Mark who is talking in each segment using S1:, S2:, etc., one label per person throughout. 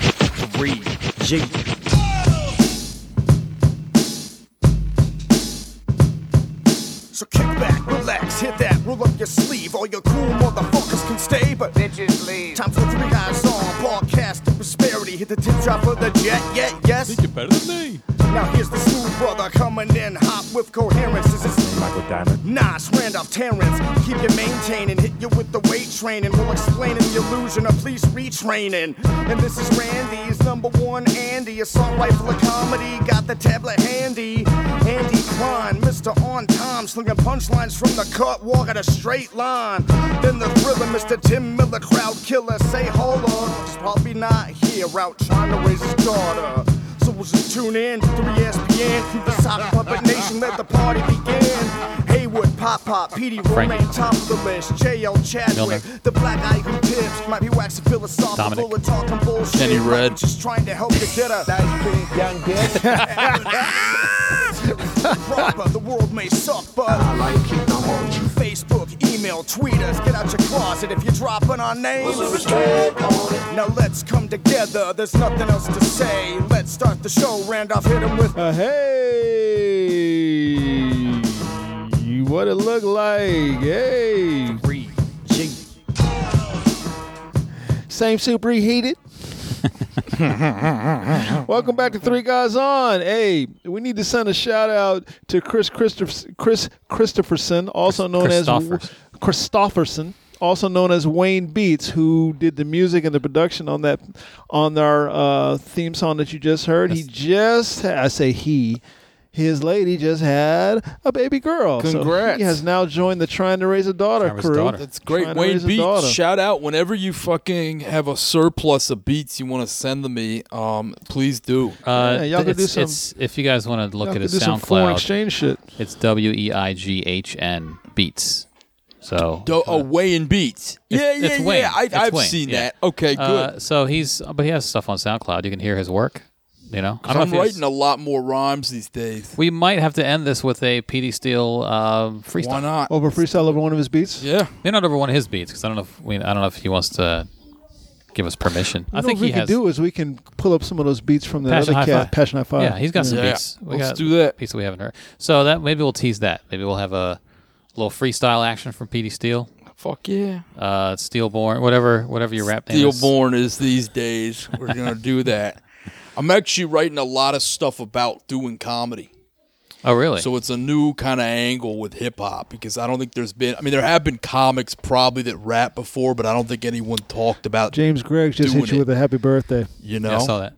S1: three, G.
S2: So kick back, relax, hit that, roll up your sleeve. All your cool motherfuckers can stay, but
S3: Bitches leave.
S2: time for three guys on. Broadcast the prosperity, hit the tip drop of the jet, yeah, yes.
S4: Think you're better than me.
S2: Now here's the smooth brother coming in hot with coherence. This is
S1: Michael Diamond.
S2: Nas, Randolph, Terrence. Keep you maintaining, hit you with the weight training. We'll explain in the illusion of police retraining. And this is Randy's number one Andy. Assault rifle of comedy, got the tablet handy. Andy Klein, Mr. On Time, slinging punchlines from the cut, walk at a straight line. Then the thriller, Mr. Tim Miller, crowd killer. Say, hold on, he's probably not here, out trying to raise his daughter. So we'll just tune in to 3SPN. The Sock Puppet Nation, let the party begin. Haywood, Pop Pop, Petey
S5: Frank.
S2: Romaine, top of the list. JL Chadwick,
S5: Milner.
S2: the black eye who tips. Might be waxing philosophical
S5: Dominic.
S2: or talking bullshit.
S5: Kenny
S2: Might be
S5: Rudd.
S2: Just trying to help you get a
S3: Nice big young dick.
S2: proper. The world may suck, but I like it. I'm on you. Facebook, email, tweet us. Get out your closet if you're dropping our names. Now let's come together. There's nothing else to say. Let's start the show. Randolph hit him with.
S4: Uh, hey, what it look like? Hey,
S1: Three, G.
S4: same soup reheated. Welcome back to Three Guys On. Hey, we need to send a shout out to Chris Christoph- Chris Christopherson, also known as
S5: Christophers.
S4: Christopherson, also known as Wayne Beats, who did the music and the production on that on our uh, theme song that you just heard. He just I say he. His lady just had a baby girl. So
S6: Congrats.
S4: he has now joined the Trying to Raise a Daughter
S5: Trying to Raise a
S4: crew.
S5: Daughter.
S6: That's great.
S4: Trying to
S6: Wayne
S4: raise a
S6: Beats,
S4: daughter.
S6: shout out whenever you fucking have a surplus of beats you want to send to me, um, please do.
S5: Uh,
S4: Yeah, y'all could do
S5: it's-
S4: some-
S5: it's- if you guys want to look
S4: Y'all
S5: at
S4: could
S5: his
S4: do some foreign
S5: SoundCloud,
S4: exchange shit.
S5: it's W E I G H N Beats. So
S6: Do- oh, Wayne Beats.
S5: uh, It's-
S6: yeah,
S5: it's
S6: yeah,
S5: Wayne.
S6: yeah. I,
S5: It's
S6: I've
S5: Wayne,
S6: seen
S5: yeah.
S6: that. Okay, good.
S5: Uh, so he's, but he has stuff on SoundCloud. You can hear his work. You know, I
S6: I'm
S5: if he has-
S6: writing a lot more rhymes these days.
S5: We might have to end this with a PD Steele uh, freestyle.
S6: Why not?
S4: Over freestyle over one of his beats.
S6: Yeah.
S5: They're not over one of his beats because I don't know if we, I don't know if he wants to give us permission. I
S4: You know
S5: think
S4: what we
S5: he
S4: can
S5: has.
S4: do is we can pull up some of those beats from the
S5: Passion
S4: other
S5: High
S4: cat,
S5: Five.
S4: Passion High Five.
S5: yeah, he's got some
S6: Yeah.
S5: beats. We
S6: Let's
S5: got
S6: do that.
S5: piece that we haven't heard. So that maybe we'll tease that. Maybe we'll have a little freestyle action from PD Steele,
S6: Fuck yeah.
S5: uh, Steelborn, whatever, whatever your rap name is.
S6: Steelborn is these days. We're gonna do that. I'm actually writing a lot of stuff about doing comedy.
S5: Oh, really?
S6: So it's a new kind of angle with hip hop because I don't think there's been. I mean, there have been comics probably that rap before, but I don't think anyone talked about.
S4: James Gregg just hit
S6: Doing
S4: you
S6: it.
S4: with a happy birthday.
S6: you
S5: yeah,
S6: know,
S5: I saw that.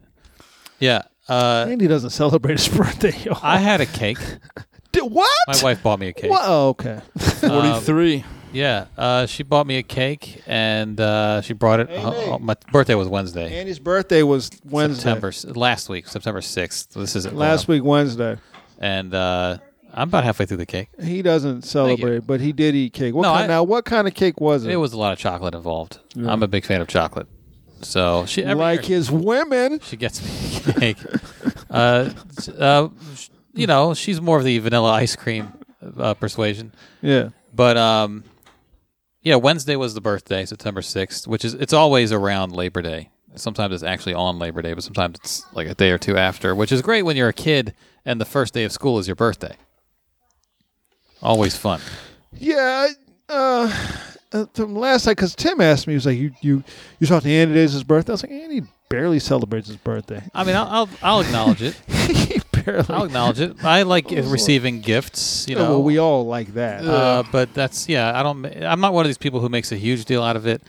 S5: Yeah, uh,
S4: Andy doesn't celebrate his birthday. Yo.
S5: I had a cake.
S4: Did- what?
S5: My wife bought me a cake.
S4: What? Oh, okay.
S6: forty
S5: Um,
S6: three.
S5: Yeah, uh, she bought me a cake and uh, she brought it. oh, my birthday was Wednesday.
S4: Andy's birthday was Wednesday.
S5: September last week, September sixth. This is
S4: Last week Wednesday.
S5: and uh, I'm about halfway through the cake.
S4: He doesn't celebrate, but he did eat cake. What
S5: No,
S4: kind,
S5: I-
S4: now, what kind of cake was it?
S5: It was a lot of chocolate involved. I'm a big fan of chocolate, so she every
S4: like
S5: year
S4: his women.
S5: she gets me a cake. uh, s- uh, sh- you know, she's more of the vanilla ice cream uh, persuasion,
S4: Yeah.
S5: but um, yeah, Wednesday was the birthday, September sixth, which is it's always around Labor Day. Sometimes it's actually on Labor Day, but sometimes it's like a day or two after, which is great when you're a kid and the first day of school is your birthday. Always fun.
S4: Yeah. I- Uh, uh, from last night, because Tim asked me, he was like, "You you you talked to Andy today's his birthday." I was like, "Andy barely celebrates his birthday.
S5: I mean, I'll, I'll, I'll acknowledge it.
S4: he barely."
S5: I'll acknowledge it. I like receiving gifts, you know.
S4: well, we all like that.
S5: uh, but that's yeah. I don't. ma- I'm not one of these people who makes a huge deal out of it.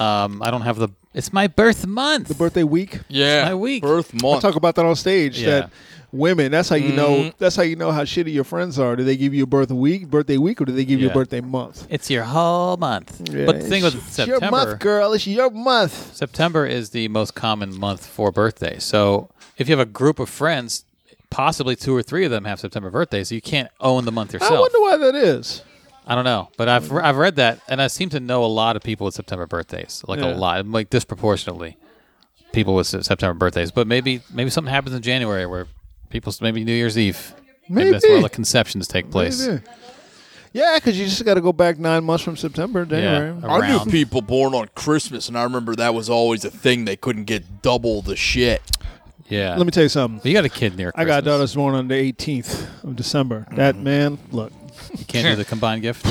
S5: Um, I don't have the. It's my birth month.
S4: the birthday week.
S6: Yeah,
S5: my week.
S6: Birth
S4: I
S6: month.
S4: talk about that on stage.
S5: Yeah. Mm-hmm.
S4: That women. That's how you know. That's how you know how shitty your friends are. Do they give you a birth week, birthday week, or do they give you
S5: Yeah.
S4: a birthday month?
S5: it's your whole month. but the thing with
S4: It's
S5: September,
S4: your month, girl. It's your month.
S5: September is the most common month for birthdays. So if you have a group of friends, possibly two or three of them have September birthdays. So you can't own the month yourself.
S4: I wonder why that is.
S5: I don't know, but I've I've read that, and I seem to know a lot of people with September birthdays, like
S4: Yeah.
S5: a lot, like disproportionately, people with Se- September birthdays. But maybe maybe something happens in January where people maybe New Year's Eve, maybe, that's where all
S4: Maybe.
S5: the conceptions take place.
S4: Maybe. Yeah, because you just got to go back nine months from September, January.
S5: Yeah.
S6: I knew
S5: Around.
S6: people born on Christmas, and I remember that was always a thing. They couldn't get double the shit.
S5: Yeah.
S4: Let me tell you something.
S5: you got a kid near.
S4: I
S5: Christmas. Mm-hmm.
S4: got daughters born on the 18th of December. That man, look,
S5: You can't do the combined gift.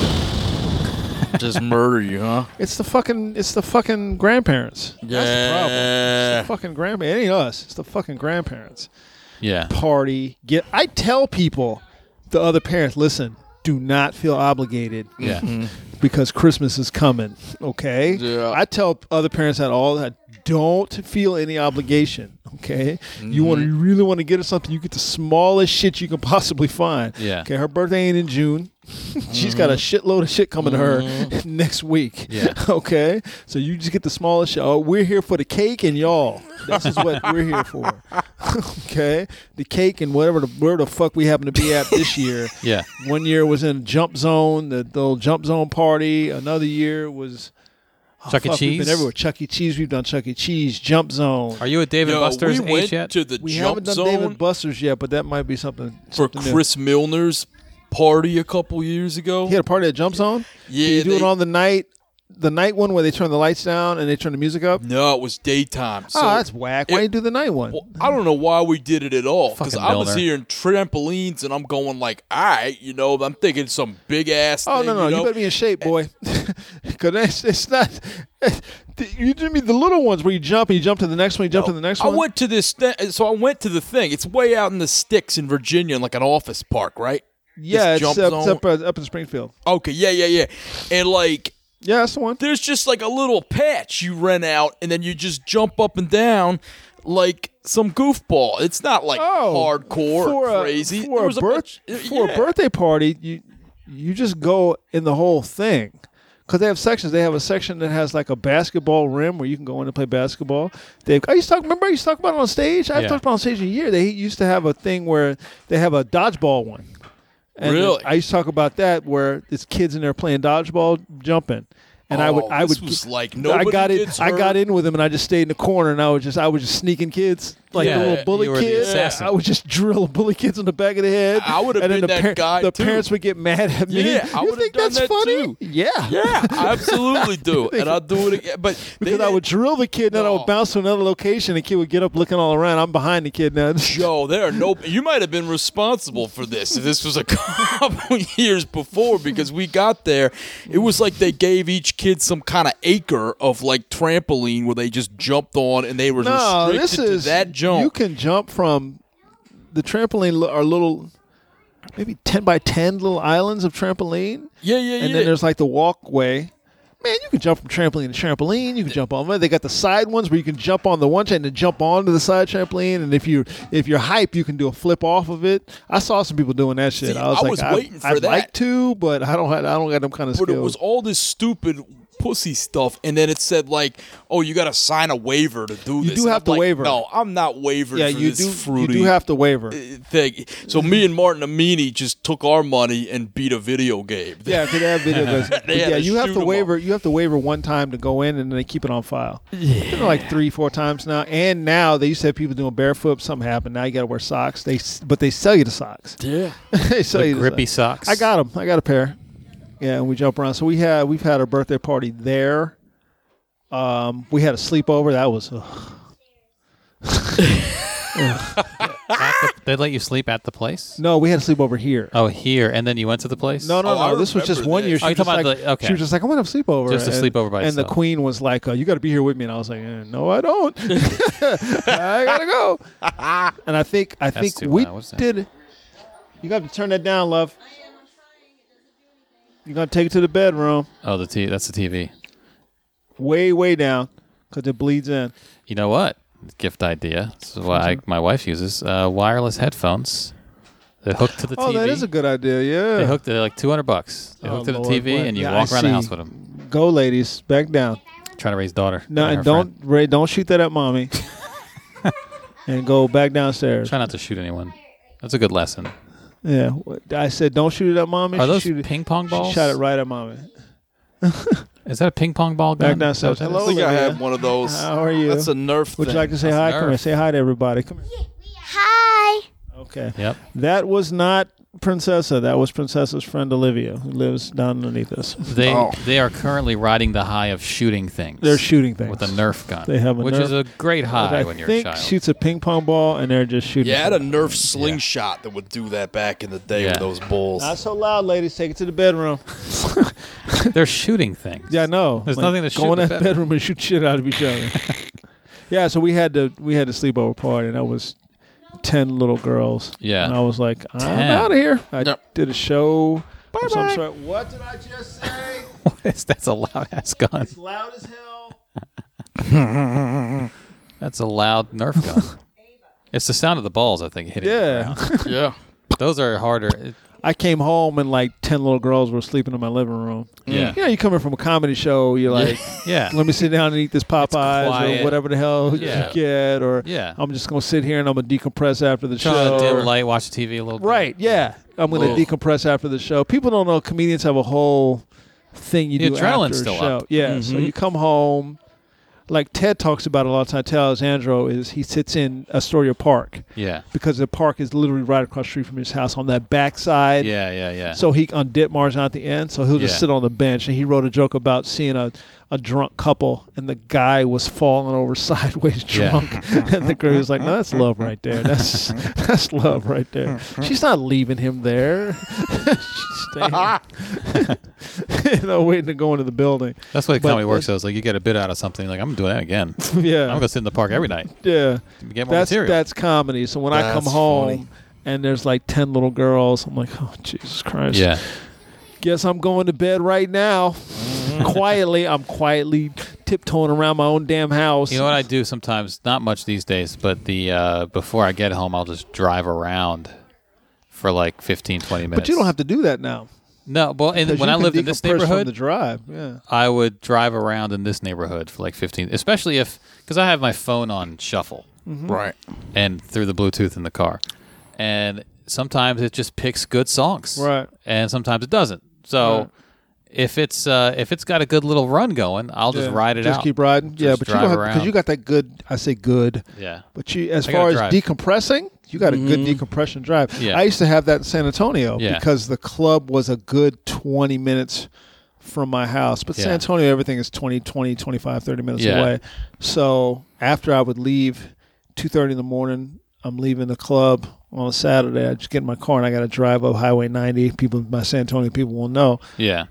S6: Just murder you, huh?
S4: it's the fucking, it's the fucking grandparents.
S6: Yeah.
S4: Fucking grandpa. It ain't us. It's the fucking grandparents.
S5: Yeah.
S4: Party. Get. I tell people, the other parents, listen. Do not feel obligated
S5: Yeah.
S4: Mm-hmm.
S5: E.
S4: because Christmas is coming. Okay.
S6: Yeah.
S4: I tell other parents at all that don't feel any obligation. Okay. You want
S5: Mm-hmm.
S4: to really want to get her something, you get the smallest shit you can possibly find.
S5: Yeah. Mm-hmm.
S4: Okay. Her birthday ain't in June. She's got a shitload of shit coming to her next week.
S5: Yeah.
S4: Okay. So you just get the smallest shit. Oh, we're here for the cake and y'all. This is what we're here for. okay. The cake and whatever the where the fuck we happen to be at this year.
S5: Yeah.
S4: One year was in Jump Zone, the, the old Jump Zone party. Another year was
S5: Chuck E.
S4: Oh, fuck, We've
S5: Cheese.
S4: been everywhere. Chuck E. Cheese. We've done Chuck E. Cheese, Jump Zone.
S5: Are you at David
S6: Yo,
S5: Buster's
S6: we went
S5: age yet?
S6: to the
S4: we
S6: jump
S4: haven't done
S6: zone
S4: David Buster's yet, but that might be something
S6: for
S4: something new.
S6: Chris Milner's party a couple years ago.
S4: He had a party at Jump Zone.
S6: Yeah,
S4: Did you do
S6: they-
S4: it on the night, the night one where they turn the lights down and they turn the music up.
S6: No, it was daytime. So
S4: oh, that's whack. Why
S6: it-
S4: you do the night one?
S6: Well, I don't know why we did it at all because
S5: Fucking
S6: I was
S5: Milner.
S6: hearing trampolines and I'm going like, all right, you know, I'm thinking some big ass.
S4: Oh
S6: thing,
S4: no no! You,
S6: know? eh,
S4: better be in shape, boy, because it's, it's not. You do mean the little ones where you jump and you jump to the next one, you jump to the next
S6: I
S4: one.
S6: went to this thing, so I went to the thing. It's way out in the sticks in Virginia, in like an office park, right? This
S4: yeah, it's,
S6: jump
S4: up,
S6: zone.
S4: it's up, uh, up in Springfield.
S6: Okay, yeah, yeah, yeah, and like
S4: Yeah, that's the one.
S6: there's just like a little patch you rent out, and then you just jump up and down like some goofball. It's not like hardcore
S4: Oh, for
S6: or
S4: a-
S6: crazy.
S4: for,
S6: There
S4: a,
S6: was
S4: birth,
S6: bunch- uh,
S4: for
S6: yeah.
S4: a birthday party. You you just go in the whole thing because they have sections. They have a section that has like a basketball rim where you can go in and play basketball. They I used to talk. Remember I used to talk about it on stage. I've
S5: Yeah.
S4: talked about it on stage a year. They used to have a thing where they have a dodgeball one. And
S6: Really?
S4: I used to talk about that where it's kids in there playing dodgeball jumping. And I would,
S6: Oh,
S4: I
S6: this
S4: would,
S6: was like
S4: I
S6: nobody
S4: got in,
S6: gets
S4: I got
S6: hurt.
S4: in with him, and I just stayed in the corner, and I was just, I was just sneaking kids, like
S5: Yeah,
S4: the little bully
S5: you were the
S4: kid.
S5: assassin.
S4: I would just drill bully kids in the back of the head.
S6: I would've
S4: and then
S6: been
S4: the
S6: that guy,
S4: The
S6: too.
S4: parents would get mad at me.
S6: Yeah, I
S4: you
S6: would've
S4: think
S6: done
S4: that's
S6: that,
S4: funny?
S6: too.
S4: Yeah,
S6: Yeah, I absolutely do, and I'll do it again. But they
S4: Because I
S6: didn't-
S4: would drill the kid, and then I
S6: No.
S4: would bounce to another location. The kid would get up looking all around. I'm behind the kid now.
S6: Yo, there are no. You might have been responsible for this. if This was a couple years before because we got there. It was like they gave each kid some kind of acre of like trampoline where they just jumped on and they were
S4: no,
S6: restricted
S4: this is
S6: to that jump.
S4: You can jump from the trampoline li- or little, maybe ten by ten little islands of trampoline.
S6: yeah, yeah, yeah.
S4: and then there's like the walkway. Man, you can jump from trampoline to trampoline. You can jump on. They got the side ones where you can jump on the one chain and then jump onto the side trampoline. And if you if you're hype, you can do a flip off of it. I saw some people doing that shit.
S6: See,
S4: I was
S6: I
S4: like,
S6: was
S4: I,
S6: waiting for
S4: I'd
S6: that.
S4: like to, but I don't. Have, I don't got them kind of
S6: but it was
S4: skills.
S6: all this stupid pussy stuff, and then it said like, "Oh, you got to sign a waiver to do this."
S4: do
S6: And
S4: have
S6: I'm
S4: to
S6: like,
S4: waiver.
S6: No, I'm not wavering.
S4: Yeah,
S6: for
S4: you
S6: this
S4: do.
S6: Fruity.
S4: You do have to waiver.
S6: thing. So me and Martin Amini just took our money and beat a video game.
S4: Yeah, because they have video games. But
S6: had
S4: yeah,
S6: to
S4: you have
S6: shoot
S4: to
S6: 'em
S4: waiver. You have to waiver one time to go in, and they keep it on file. Yeah, like three, four times now. And now they used to have people doing barefoot. Something happened. Now you got to wear socks. They s- but they sell you the socks.
S6: Yeah.
S4: they sell you the
S5: grippy
S4: socks.
S5: socks.
S4: I got them. I got a pair. Yeah, and we jump around. So we had we've had a birthday party there. Um, we had a sleepover. That was ugh.
S5: At the- they let you sleep at the place.
S4: no. We had a sleepover here.
S5: Oh, here, and then you went to the place.
S4: No, no,
S6: Oh, I
S4: no. This was just
S6: remember
S4: one year.
S6: this.
S4: She,
S5: Oh, you're
S4: was just
S5: talking
S4: like,
S5: about the- okay.
S4: she was just like, I want to have a sleepover.
S5: Just a
S4: And-
S5: sleepover by
S4: And
S5: itself.
S4: the queen was like, uh, You got to be here with me. And I was like, eh, No, I don't. I got to go. and I think I think
S5: too
S4: we
S5: loud. What's that?
S4: did. You got to turn that down, love. You're going to take it to the bedroom,
S5: Oh, the t- that's the TV.
S4: way, way down, because it bleeds in.
S5: You know what? Gift idea. This is what I, my wife uses uh, wireless headphones that hook to the
S4: Oh,
S5: TV.
S4: that is a good idea. Yeah.
S5: They hooked it like two hundred bucks. They
S4: Oh,
S5: hooked it to the
S4: Lord,
S5: TV,
S4: what-
S5: and you
S4: yeah,
S5: walk
S4: I
S5: around the house
S4: see.
S5: with them,
S4: Go, ladies. Back down.
S5: trying to raise daughter.
S4: No,
S5: her
S4: and
S5: friend.
S4: don't, Ray, don't shoot that at mommy. and go back downstairs.
S5: try not to shoot anyone. That's a good lesson.
S4: Yeah, wh- I said don't shoot it at mommy.
S5: Are
S4: She
S5: those
S4: shoot it-
S5: ping pong balls?
S4: She shot it right at mommy.
S5: Is that a ping pong ball
S4: Back
S5: gun?
S4: downstairs.
S5: Is that what
S4: Hello,
S5: that is?
S4: Olivia.
S6: one of those.
S4: How are Oh, you?
S6: Nerf
S4: Would you like to say hi? Come
S5: nerve.
S4: here. Say hi to everybody. Come here.
S7: Hi.
S4: Okay.
S5: Yep.
S4: That was not Princessa. That was Princessa's friend Olivia, who lives down underneath us.
S5: They they are currently riding the high of shooting things.
S4: They're shooting things
S5: with a Nerf gun.
S4: They have a
S5: which
S4: Nerf-
S5: is a great high
S4: I
S5: when you're a
S4: think
S5: child.
S4: shoots a ping pong ball, and they're just shooting.
S6: Yeah, I had a
S4: something.
S6: Nerf slingshot that would do that back in the day
S5: Yeah.
S6: with those bulls.
S4: Not so loud, ladies. Take it to the bedroom.
S5: They're shooting things.
S4: Yeah, I know.
S5: There's nothing to shoot
S4: Go in
S5: in the
S4: that bedroom and shoot shit out of each other. yeah, so we had to we had a sleepover party, and I was ten little girls.
S5: Yeah.
S4: and I was like, I'm
S5: 10.
S4: out of here. I
S6: No.
S4: did a show. Bye
S5: Bye-bye.
S4: What did I just say?
S5: that's a loud ass gun.
S4: It's loud as hell.
S5: That's a loud Nerf gun. it's the sound of the balls, I think, hitting. the
S4: Yeah.
S5: ground.
S6: yeah.
S5: those are harder. It-
S4: I came home and like ten little girls were sleeping in my living room.
S5: Yeah.
S4: you know, you coming from a comedy show, you're like,
S5: Yeah,
S4: let me sit down and eat this Popeyes
S5: quiet.
S4: or whatever the hell
S5: Yeah.
S4: you get, or
S5: Yeah.
S4: I'm just gonna sit here and I'm gonna decompress after the
S5: Turn
S4: show.
S5: on a
S4: or-
S5: dim light, watch TV a little. bit.
S4: Right. Yeah. I'm going
S6: Ugh.
S4: to decompress after the show. People don't know comedians have a whole thing you
S5: The
S4: do after a
S5: adrenaline's still
S4: show.
S5: up.
S4: Yeah. So you come home. Like Ted talks about a lot of time. Ted Alessandro is he sits in Astoria Park
S5: Yeah.
S4: because the park is literally right across the street from his house on that backside.
S5: Yeah. Yeah. Yeah.
S4: So he on Ditmar's not at the end, so he'll just
S5: Yeah.
S4: sit on the bench. And he wrote a joke about seeing a, a drunk couple, and the guy was falling over sideways
S5: Yeah.
S4: drunk, and the girl was like, "No, that's love right there. That's that's love right there. She's not leaving him there. She's staying, you know, waiting to go into the building.
S5: that's the way
S4: but-
S5: comedy works. Though, is like you get a bit out of something. Like I'm doing that again. I'm
S4: yeah,
S5: gonna sit in the park every night.
S4: yeah.
S5: and Get more
S4: That's
S5: material.
S4: that's comedy. So when I come
S6: That's
S4: home.
S6: funny.
S4: And there's like ten little girls. I'm like, oh Jesus Christ!
S5: yeah.
S4: guess I'm going to bed right now.
S5: Mm-hmm.
S4: quietly, I'm quietly tiptoeing around my own damn house.
S5: You know what I do sometimes? Not much these days, but the uh, before I get home, I'll just drive around for like 15, 20 minutes.
S4: but you don't have to do that now.
S5: No, well, and
S4: 'cause
S5: when
S4: you
S5: I
S4: can
S5: lived in this
S4: decompress from
S5: neighborhood,
S4: the drive, yeah,
S5: I would drive around in this neighborhood for like 15, especially if, because I have my phone on shuffle
S4: Mm-hmm.
S6: Right.
S5: and through the Bluetooth in the car. And sometimes it just picks good songs.
S4: Right.
S5: And sometimes it doesn't. So.
S4: Right.
S5: If it's uh, if it's got a good little run going, I'll just
S4: Yeah.
S5: ride it
S4: just
S5: out.
S4: keep riding. yeah,
S5: Just
S4: but you don't
S5: drive
S4: have because
S5: around.
S4: you got that good. I say good.
S5: yeah,
S4: But you, as
S5: I gotta
S4: far as
S5: drive.
S4: decompressing, you got a
S6: Mm-hmm.
S4: good decompression drive.
S5: Yeah.
S4: I used to have that in San Antonio
S5: Yeah.
S4: because the club was a good 20 minutes from my house. But San
S5: Yeah.
S4: Antonio, everything is 20, 20, 25, 30 minutes
S5: Yeah.
S4: away. So after I would leave 2.30 in the morning, I'm leaving the club on a Saturday. I just get in my car and I got to drive up Highway 90. People, my San Antonio people will know.
S5: yeah.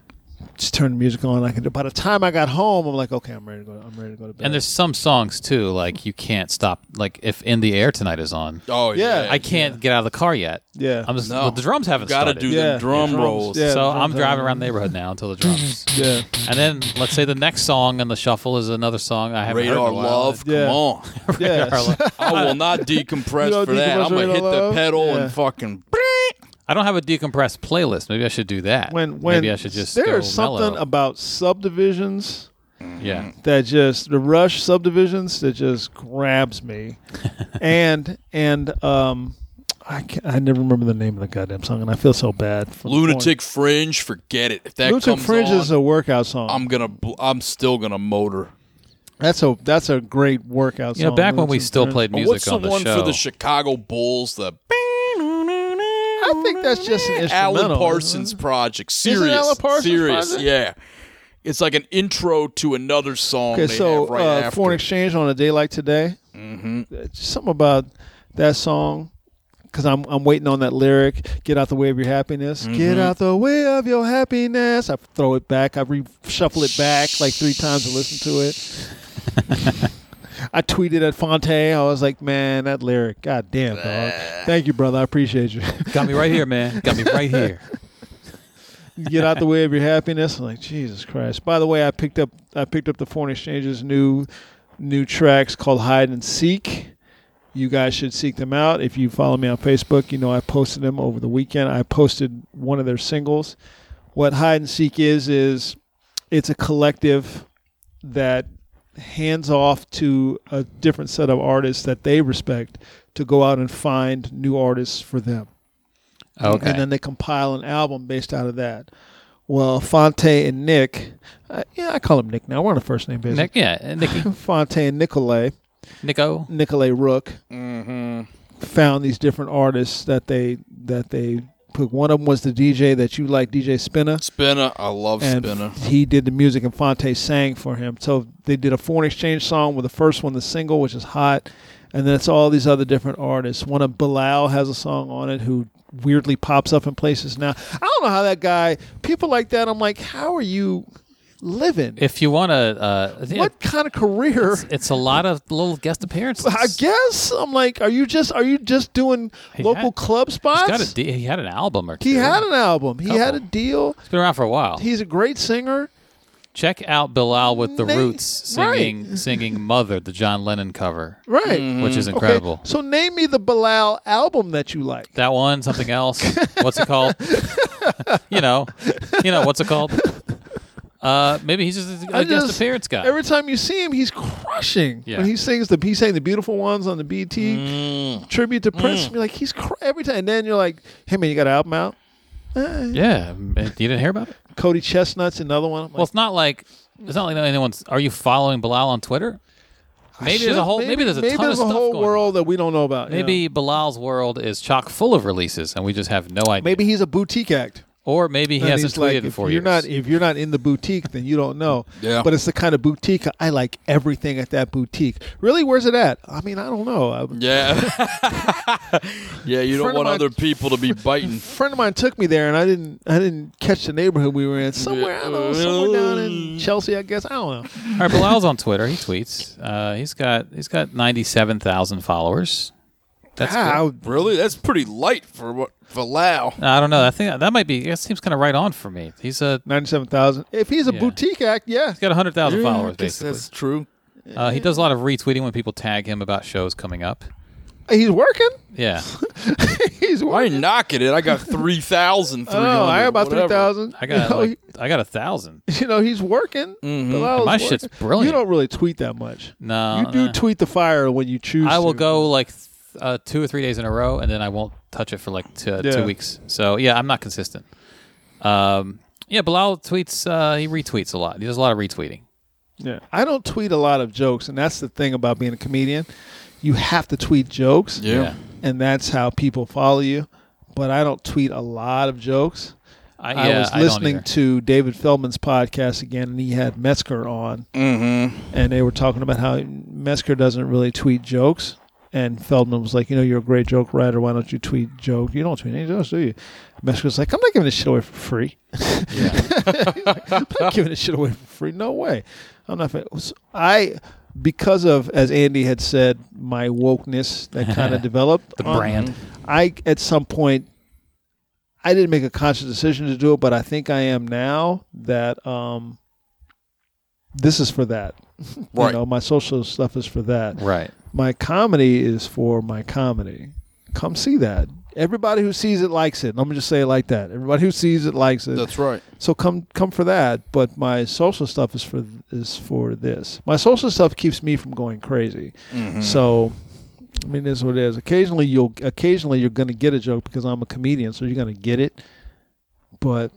S4: Just turn the music on. I can. By the time I got home, I'm like, okay, I'm ready to go. I'm ready to go to bed.
S5: And there's some songs too, like you can't stop. Like if "In the Air Tonight" is on,
S6: Oh
S4: Yeah.
S6: yeah.
S5: I can't get out of the car yet.
S4: yeah,
S5: I'm just,
S6: No.
S5: but the drums haven't
S6: Gotta
S5: started.
S6: do them drum rolls.
S4: Yeah,
S5: so
S4: the
S5: I'm
S4: drums
S5: driving
S4: haven't-
S5: around the neighborhood now until the drums.
S4: Yeah.
S5: And then let's say the next song on the shuffle is another song I haven't heard
S6: Radar
S5: in a while.
S6: love,
S4: Yeah.
S6: come on!
S5: Radar
S4: Yes.
S5: Love.
S6: I will not decompress
S4: You don't
S6: for that.
S4: decompress
S6: I'm gonna
S4: Radar
S6: hit
S4: Love?
S6: the pedal
S4: Yeah.
S6: and fucking.
S5: I don't have a decompressed playlist. Maybe I should do that.
S4: when when
S5: maybe I should just go
S4: there's something Mm,
S5: mellow.
S4: about subdivisions
S5: yeah,
S4: that just the rush subdivisions that just grabs me and and um I, can I never remember the name of the goddamn song and I feel so bad for the
S6: Lunatic Fringe, forget it. If that
S4: porn. Lunatic
S6: comes
S4: Fringe
S6: on, Um,
S4: is a workout song
S6: I'm gonna, bl- I'm still gonna motor.
S4: that's a that's a great workout
S5: you
S4: song
S5: know, back when we
S4: Lunatic
S5: still
S4: Fringe.
S5: played
S6: But
S5: music
S6: what's the
S5: on the
S6: one
S5: show.
S6: for the Chicago Bulls? The
S4: I think that's just an instrumental
S6: Alan Parsons project. Serious,
S4: Alan Parsons
S6: serious,
S4: project?
S6: yeah. It's like an intro to another song.
S4: okay
S6: they
S4: so
S6: have right
S4: uh,
S6: after.
S4: foreign exchange on a day like today mm-hmm. something about that song because I'm, I'm waiting on that lyric get out the way of your happiness
S6: Mm-hmm.
S4: get out the way of your happiness i throw it back i reshuffle it back like three times to listen to it i tweeted at fonte i was like man that lyric god damn dog thank you brother i appreciate you
S5: Got me right here, man. Got me right here.
S4: get out the way of your happiness. I'm like, Jesus Christ. By the way, I picked up I picked up the Foreign Exchange's new new tracks called Hide and Seek. You guys should seek them out. If you follow me on Facebook, you know I posted them over the weekend. I posted one of their singles. What Hide and Seek is is it's a collective that hands off to a different set of artists that they respect to go out and find new artists for them
S5: Okay.
S4: and then they compile an album based out of that. Well, Fonte and Nick, uh, yeah, I call him Nick now. We're on a first name basis.
S5: Nick, yeah, Nicky,
S4: Fonte and Nicolay,
S5: Nico.
S4: Nicolay Rook, found these different artists that they that they put. One of them was the DJ that you like, DJ Spinner.
S6: Spinner, I love
S4: And
S6: Spinner.
S4: he did the music, and Fonte sang for him. So they did a foreign exchange song with the first one, the single, which is hot, and then it's all these other different artists. One of Bilal has a song on it who weirdly pops up in places now. I don't know how that guy. People like that, I'm like, how are you living?
S5: If you want to, uh,
S4: what kind of career?
S5: It's, it's a lot of little guest appearances.
S4: I guess I'm like, are you just are you just doing
S5: He
S4: local
S5: had-
S4: club
S5: He's
S4: spots?
S5: got a de- he had an album or two.
S4: he had an album. He had a
S5: Couple.
S4: deal.
S5: It's been around for a while.
S4: He's a great singer.
S5: Check out Bilal with the
S4: Na-
S5: Roots singing singing "Mother," the John Lennon cover,
S4: Right.
S5: which is
S4: Okay,
S5: incredible.
S4: So name me the Bilal album that you like.
S5: That one, something else. What's it called? you know, you know what's it called? Uh, maybe he's just a,
S4: I
S5: a guest
S4: just-
S5: appearance guy.
S4: Every time you see him, he's crushing.
S5: Yeah.
S4: When he sings the he sang the beautiful ones on the BT
S5: Mm.
S4: tribute to Prince, you're like he's cr- every time. And then you're like, hey man, you got an album out?
S5: yeah, m- you didn't hear about it.
S4: Cody Chestnut's another one. I'm
S5: Well,
S4: like,
S5: it's not like it's not like anyone's. Are you following Bilal on Twitter? Maybe there's a
S4: shit,
S5: whole. Maybe, there's a ton
S4: there's
S5: of
S4: a
S5: stuff
S4: whole
S5: going on.
S4: world that we don't know about. you
S5: Maybe
S4: know?
S5: Bilal's world is chock full of releases, and we just have no idea.
S4: maybe he's a boutique act.
S5: or maybe he
S4: And
S5: hasn't
S4: he's like,
S5: tweeted in
S4: if
S5: four
S4: you're
S5: years.
S4: not if you're not in the boutique, then you don't know.
S6: Yeah.
S4: But it's the kind of boutique I like everything at that boutique. Really, where's it at? I mean, I don't know. I,
S6: Yeah. yeah, you don't
S4: Friend of
S6: want
S4: mine-
S6: other people to be biting.
S4: A friend of mine took me there, and I didn't I didn't catch the neighborhood we were in. Somewhere I don't know, somewhere down in Chelsea, I guess. I don't know.
S5: All right, Bilal's on Twitter. He tweets. Uh, he's got he's got ninety seven thousand followers. That's good.
S4: Ah, I-
S6: Really? That's pretty light for what for Lau.
S5: I don't know. I think that might be. That seems kind of right on for me. He's a
S4: Ninety-seven thousand. If he's a
S5: Yeah.
S4: boutique act, yeah.
S5: he's got hundred thousand followers basically.
S6: That's true.
S5: Uh, he does a lot of retweeting when people tag him about shows coming up.
S4: He's working.
S5: Yeah,
S4: He's working.
S6: I
S4: Oh,
S6: ain't knocking it. I got 3,000.
S4: I don't know. I have about three
S6: whatever.
S4: thousand.
S5: I got
S4: You know,
S5: like, I got a thousand.
S4: he- you know, he's working. Bilal's
S5: My shit's
S4: working.
S5: brilliant.
S4: You don't really tweet that much.
S5: No,
S4: you do
S5: nah.
S4: tweet the fire when you choose.
S5: I will
S4: to.
S5: go like th- uh, two or three days in a row, and then I won't touch it for like t-
S4: Yeah.
S5: two weeks. So yeah, I'm not consistent. Um, yeah, Bilal tweets. Uh, he retweets a lot. He does a lot of retweeting.
S4: Yeah. I don't tweet a lot of jokes, and that's the thing about being a comedian. You have to tweet jokes,
S6: Yeah.
S4: and that's how people follow you. But I don't tweet a lot of jokes.
S5: I,
S4: I
S5: yeah,
S4: was
S5: don't
S4: listening
S5: either.
S4: to David Feldman's podcast again, and he had Metzger on, and they were talking about how Metzger doesn't really tweet jokes. And Feldman was like, "You know, you're a great joke writer. Why don't you tweet joke? You don't tweet any jokes, do you?" Metzger's like, "I'm not giving this shit away for free. I'm not giving this shit away for free. No way. I'm not. fa- so I." Because of, as Andy had said, my wokeness that kind of developed
S5: the
S4: on-
S5: brand.
S4: I at some point I didn't make a conscious decision to do it, but I think I am now that um this is for that.
S6: Right.
S4: You know, my social stuff is for that.
S5: Right.
S4: My comedy is for my comedy. Come see that. Everybody who sees it likes it. Let me just say it like that. Everybody who sees it likes it.
S6: That's right.
S4: So come come for that, but my social stuff is for is for this. My social stuff keeps me from going crazy. So I mean, this is what it is. Occasionally you'll occasionally you're going to get a joke because I'm a comedian, so you're going to get it. But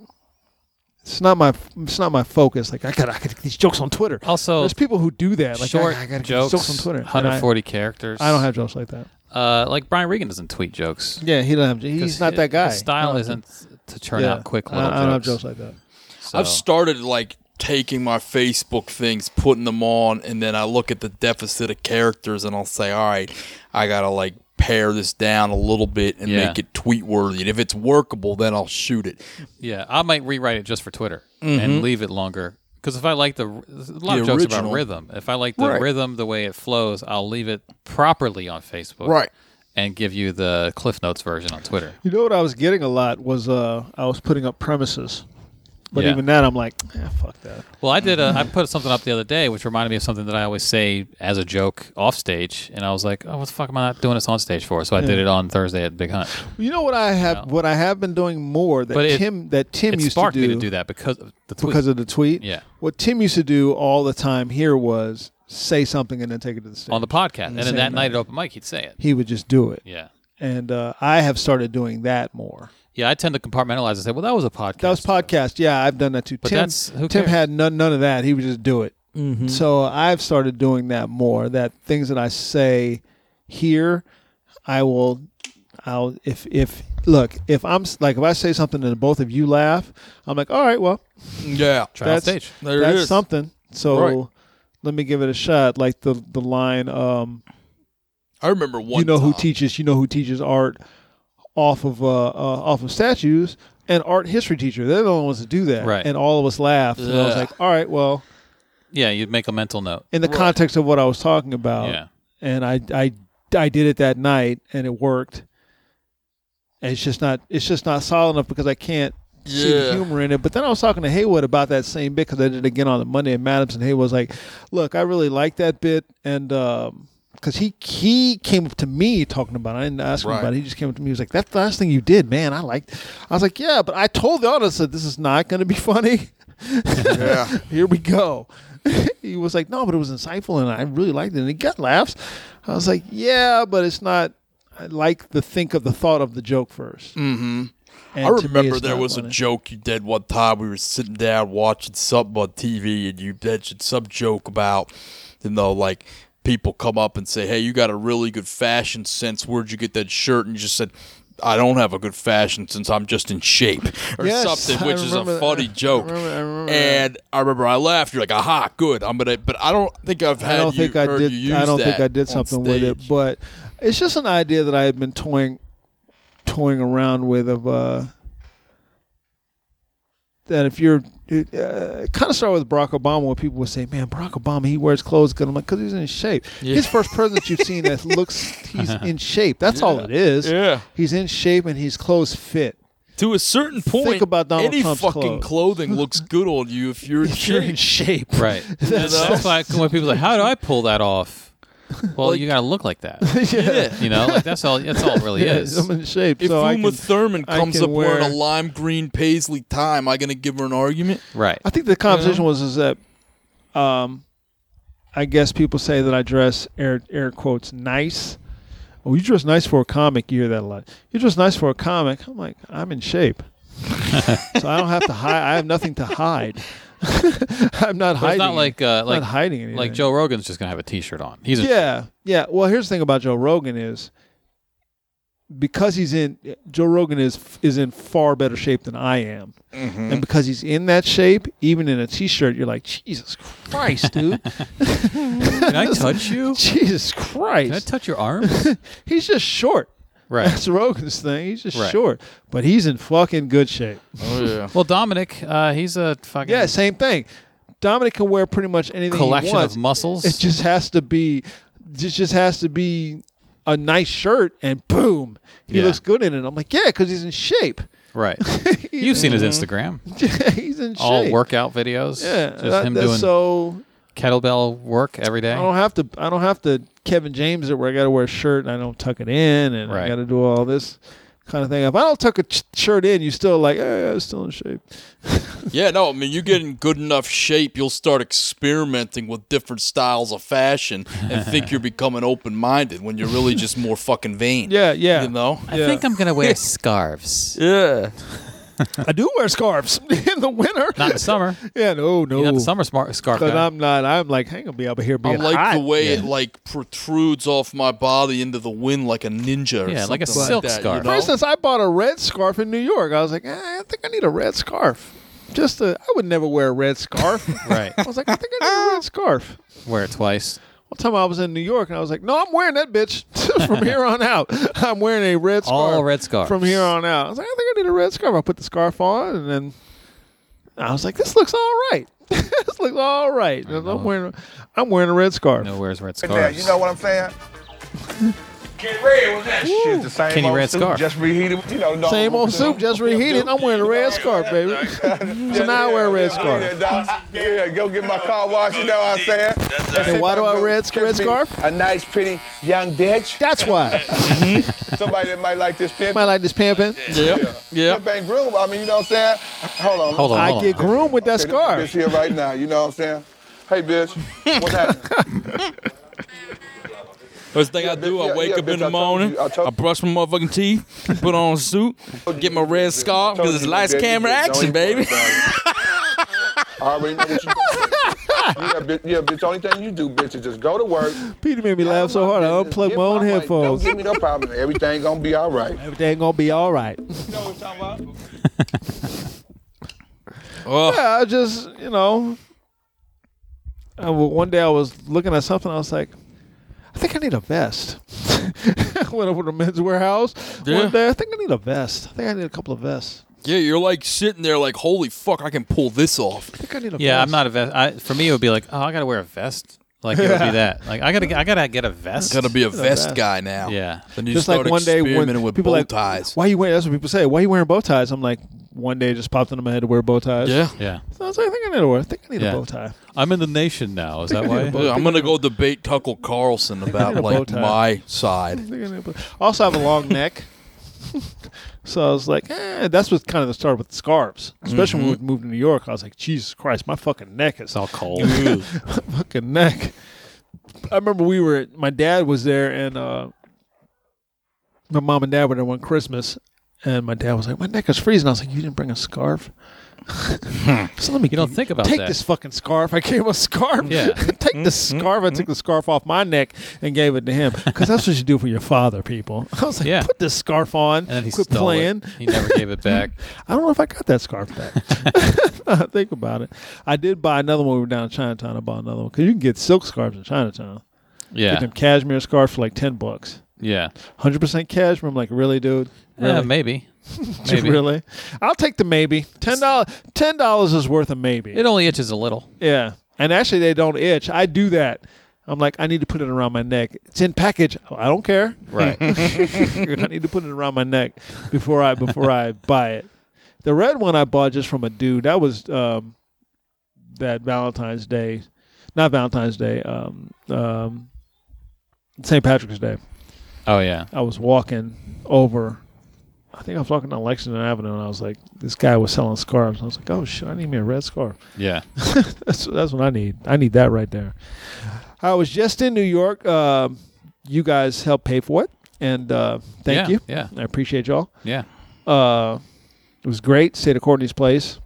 S4: it's not my it's not my focus. Like I got I got these jokes on Twitter.
S5: Also,
S4: There's people who do that. Like
S5: short
S4: I, I got
S5: jokes,
S4: jokes on Twitter. And I-
S5: 140 characters.
S4: I, don't have jokes like that.
S5: Uh, like Brian Regan doesn't tweet jokes.
S4: Yeah, he doesn't have. He's
S5: 'Cause
S4: not
S5: hi-
S4: that guy.
S5: His style
S6: Uh-huh.
S4: I-
S5: isn't to turn
S4: yeah.
S5: out quick
S4: I-
S5: little
S4: I don't have
S5: jokes.
S4: jokes like that.
S5: So-
S6: I've started like taking my Facebook things, putting them on, and then I look at the deficit of characters and I'll say, all right, I got to like pare this down a little bit and
S5: Yeah.
S6: make it tweet worthy. And if it's workable, then I'll shoot it.
S5: yeah, I might rewrite it just for Twitter
S4: Mm-hmm.
S5: and leave it longer. Because if I like the r- there's a lot
S6: The
S5: of jokes about
S6: original.
S5: rhythm, if I like the
S6: Right.
S5: rhythm, the way it flows, I'll leave it properly on Facebook,
S6: Right.
S5: and give you the Cliff Notes version on Twitter.
S4: You know what I was getting a lot was uh I was putting up premises. But
S5: Yeah.
S4: even that I'm like, eh, fuck that.
S5: Well, I did. A, I put something up the other day, which reminded me of something that I always say as a joke off stage, and I was like, "Oh, what the fuck am I not doing this on stage for?" So I did it on Thursday at Big Hunt.
S4: You know what I have what I have been doing more that
S5: But it-
S4: Tim that Tim
S5: It
S4: used
S5: sparked
S4: to do,
S5: me to do that because of the tweet.
S4: because of the tweet.
S5: Yeah.
S4: What Tim used to do all the time here was say something and then take it to the stage.
S5: on the podcast, and then
S4: Same
S5: that
S4: night.
S5: night at open mic, he'd say it.
S4: he would just do it.
S5: Yeah.
S4: And uh, I have started doing that more.
S5: Yeah, I tend to compartmentalize and say, well, that was a podcast.
S4: That was podcast. Yeah, I've done that too.
S5: But
S4: Tim,
S5: that's- who
S4: Tim
S5: cares?
S4: had none, none of that. He would just do it. So I've started doing that more. That things that I say here, I will. I'll if if look if I'm s- like if I say something and both of you laugh, I'm like, all right, well,
S6: Yeah.
S5: Try on stage.
S6: There it
S4: that's
S6: is.
S4: something. So
S6: Right.
S4: let me give it a shot. Like the the line, um,
S6: I remember one.
S4: you know who
S6: time-
S4: teaches, you know who teaches art off of uh, uh off of statues, an art history teacher. They're the only ones that do that,
S5: Right.
S4: And all of us laughed. And I was
S6: Ugh.
S4: like, all right, well,
S5: Yeah, you'd make a mental note.
S4: in the context of what I was talking about,
S5: Yeah.
S4: and I I I did it that night, and it worked. And it's just not it's just not solid enough because I can't see the
S6: Yeah.
S4: humor in it. But then I was talking to Haywood about that same bit because I did it again on the Monday, and Madams and Haywood was like, "Look, I really like that bit," and because he he came up to me talking about it, I didn't ask him
S6: Right.
S4: about it. He just came up to me. He was like, "That's the last thing you did, man. I liked." I was like, "Yeah," but I told the audience that this is not going to be funny.
S6: Yeah.
S4: Here we go. he was like, no, but it was insightful and I really liked it. And he got laughs. I was like, yeah, but it's not. I like the think of the thought of the joke first. Mm-hmm.
S6: I remember there was a joke you did one time. We were sitting down watching something on TV, and you mentioned some joke about, you know, like people come up and say, "Hey, you got a really good fashion sense. Where'd you get that shirt?" And you just said. I don't have a good fashion since I'm just in shape or
S4: Yes,
S6: something,
S4: I
S6: which is
S4: remember
S6: a
S4: that.
S6: funny
S4: I
S6: joke.
S4: remember- I remember
S6: and I remember I laughed. You're like, "Aha, good." I'm gonna, but I don't think I've had.
S4: I don't
S6: you-
S4: think I
S6: heard
S4: did.
S6: you use
S4: I don't think
S6: that
S4: I did
S6: on
S4: something with it,
S6: stage.
S4: but it's just an idea that I had been toying, toying around with of uh, that if you're uh, kind of start with Barack Obama, where people would say, "Man, Barack Obama, he wears clothes good." I'm like, "Cause he's in shape. He's the first president you've seen that looks he's in shape. That's all it is.
S6: Yeah.
S4: he's in shape and his clothes fit.
S6: To a certain point,
S4: about Donald
S6: any
S4: Trump's
S6: fucking
S4: clothes.
S6: clothing looks good on you if you're in
S4: If you're in
S6: shape.
S4: shape,
S5: Right. that's, that's why when people are like, how do I pull that off? Well, you gotta look like that.
S6: Yeah.
S5: You know, like that's all. That's all it really
S4: Yeah,
S5: is.
S4: I'm in shape.
S6: If
S4: so I
S6: Uma
S4: can-
S6: Thurman
S4: I
S6: comes
S4: can
S6: up wearing
S4: wear-
S6: a lime green paisley tie, am I going to give her an argument?
S5: Right.
S4: I think the conversation was is that, um, I guess people say that I dress air air quotes nice. Oh, you dress nice for a comic. You hear that a lot. You dress nice for a comic. I'm like, I'm in shape, so I don't have to hide. I have nothing to hide. I'm not
S5: But it's
S4: hiding.
S5: not like uh,
S4: I'm
S5: like
S4: not hiding anything.
S5: like Joe Rogan's just gonna have a T-shirt on. He's a,
S4: Yeah, yeah. Well, here's the thing about Joe Rogan is because he's in Joe Rogan is is in far better shape than I am, and because he's in that shape, even in a t-shirt, you're like Jesus Christ, dude,
S5: Can I touch you?
S4: Jesus
S5: Can I
S4: Christ.
S5: touch your arms?
S4: he's just short.
S5: Right.
S4: That's Rogan's thing. He's just
S5: Right.
S4: short, but he's in fucking good shape.
S6: Oh yeah.
S5: Well, Dominic, uh, he's a fucking
S4: Yeah, same thing. Dominic can wear pretty much anything he
S5: collection
S4: wants.
S5: of muscles.
S4: It just has to be, just just has to be a nice shirt, and boom, he
S5: Yeah.
S4: looks good in it. I'm like, yeah, because he's in shape.
S5: right. You've seen his Instagram,
S4: he's in shape.
S5: all workout videos.
S4: Yeah,
S5: just
S4: that-
S5: him
S4: that's
S5: doing
S4: so Oh,
S5: kettlebell work every day.
S4: I don't have to. I don't have to Kevin James it where I got to wear a shirt and I don't tuck it in, and I
S5: Right.
S4: got to do all this kind of thing. If I don't tuck a ch- shirt in, you still like, eh, I'm still in shape.
S6: Yeah, no, I mean, you get in good enough shape, you'll start experimenting with different styles of fashion and think you're becoming open minded when you're really just more fucking vain.
S4: Yeah, yeah.
S6: You know?
S5: I think I'm gonna wear scarves.
S6: Yeah.
S4: I do wear scarves in the winter.
S5: Not in the summer.
S4: yeah, no, no.
S5: You're not the summer smart scarf
S4: But um,
S5: guy.
S4: I'm not. I'm like, hang on, be over here
S6: I
S4: being
S6: like
S4: hot.
S6: the way it like protrudes off my body into the wind like a ninja. Or
S5: Yeah, like a
S6: something
S5: silk
S6: that, you
S5: scarf.
S4: For
S6: know?
S4: instance, I bought a red scarf in New York. I was like, eh, I think I need a red scarf. Just a, I would never wear a red scarf.
S5: right.
S4: I was like, I think I need a red scarf.
S5: Wear it twice.
S4: One time I was in New York and I was like, no, I'm wearing that bitch from here on out. I'm wearing a red scarf.
S5: All red scarves.
S4: From here on out. I was like, I think I need a red scarf. I put the scarf on and then I was like, this looks all right. this looks all right. And I'm wearing, I'm wearing a red scarf.
S5: No wears red
S3: Now,
S5: scarves.
S3: you know what I'm saying? Get ready with that shit. The same
S5: Kenny
S3: old
S5: Red
S3: soup,
S5: Scarf.
S3: Just reheated. You know, dog.
S4: Same old soup, just reheated. I'm wearing a red scarf, baby. So now I wear a red
S3: Yeah,
S4: scarf.
S3: dog. Yeah, go get my car washed. You know what I'm saying?
S4: And why do I wear a red
S3: Just be
S4: scarf?
S3: A nice, pretty young bitch.
S4: That's why.
S3: Somebody that might like this pimp.
S4: Might like this pimping.
S6: yeah. Yeah.
S3: Bang groom. I mean, you know what I'm saying? Hold on.
S5: Hold on.
S4: I
S5: hold
S4: get
S5: on.
S4: groomed with that
S3: Bitch
S4: scarf.
S3: here right now. You know what I'm saying? Hey, bitch. What happened?
S6: First thing I do,
S3: yeah,
S6: I wake
S3: yeah,
S6: up
S3: bitch,
S6: in
S3: I
S6: the
S3: told
S6: morning,
S3: you, I
S6: I,
S3: told-
S6: brush my motherfucking teeth, put on a suit, get my red scarf
S3: Told
S6: because it's
S3: you,
S6: lights,
S3: bitch,
S6: camera,
S3: you
S6: action,
S3: don't even
S6: baby.
S3: want it, dog. I already know what you
S7: yeah, bitch, yeah, bitch. Only thing you do, bitch, is just go to work.
S4: Peter made me laugh so hard I unplugged
S7: Get
S4: my own
S7: money.
S4: headphones.
S7: Don't give me no problem. Everything gonna be all right.
S4: Everything gonna be all right.
S3: You know what I'm talking about?
S4: Yeah, I just you know, I, w- one day I was looking at something. I was like, I think I need a vest. Went over to Men's Warehouse
S6: Yeah.
S4: one day. I think I need a vest. I think I need a couple of vests.
S6: Yeah, you're like sitting there, like, holy fuck, I can pull this off.
S4: I think I need a
S5: Yeah,
S4: vest.
S5: I'm not a vest. I, for me, it would be like, oh, I gotta wear a vest. Like it would be that. Like I gotta, get- I gotta get a vest.
S6: Gotta be a vest
S4: that.
S6: guy now.
S5: Yeah.
S6: Then you
S4: Just
S6: start
S4: like one day when
S6: experimenting with
S4: people
S6: bow
S4: like,
S6: ties.
S4: why you wearing? That's what people say. Why you wearing bow ties? I'm like, one day it just popped into my head to wear bow ties.
S6: Yeah.
S5: Yeah.
S4: So I was like, I think I need a wear. I think I need
S5: Yeah.
S4: a bow tie.
S5: I'm in the nation now. Is that why?
S6: Look, I'm gonna go debate Tuckle Carlson about
S4: need a bow
S6: like
S4: tie.
S6: my side.
S4: I think I need a bow- Also, I have a long neck. So I was like, eh, that's what kind of the start with the scarves. Especially when
S6: Mm-hmm.
S4: we moved to New York, I was like, Jesus Christ, my fucking neck is
S5: It's all cold.
S4: fucking neck. I remember we were my dad was there and uh my mom and dad were there one Christmas and my dad was like, My neck is freezing. I was like, You didn't bring a scarf? so let me
S5: Hmm. You don't think about
S4: take
S5: that.
S4: this fucking scarf. I gave him a scarf.
S5: Yeah. Mm-hmm.
S4: take this scarf. I took the scarf off my neck and gave it to him because that's what you do for your father, people. I was like,
S5: Yeah.
S4: put this scarf on.
S5: And then he
S4: quit
S5: stole
S4: playing.
S5: it. He never gave it back.
S4: I don't know if I got that scarf back. Now I think about it. I did buy another one. when We were down in Chinatown. I bought another one because you can get silk scarves in Chinatown. Get
S5: Yeah.
S4: them cashmere scarves for like ten bucks.
S5: Yeah.
S4: Hundred percent cashmere. I'm like, really, dude? Really?
S5: Yeah, maybe. Maybe.
S4: really? I'll take the maybe. Ten dollars. Ten dollars is worth a maybe.
S5: It only itches a little.
S4: yeah. And actually, they don't itch. I do that. I'm like, I need to put it around my neck. It's in package. Oh, I don't care.
S5: Right.
S4: I need to put it around my neck before I before I buy it. The red one I bought just from a dude. That was um, that Valentine's Day, not Valentine's Day, um, um, St. Patrick's Day.
S5: oh yeah.
S4: I was walking over. I think I was walking down Lexington Avenue, and I was like, this guy was selling scarves. I was like, oh shit, I need me a red scarf.
S5: Yeah.
S4: That's that's what I need. I need that right there. I was just in New York. Uh, you guys helped pay for it, and uh, thank
S5: Yeah,
S4: you.
S5: yeah.
S4: I appreciate y'all.
S5: Yeah.
S4: Uh, it was great. Stayed at Courtney's place.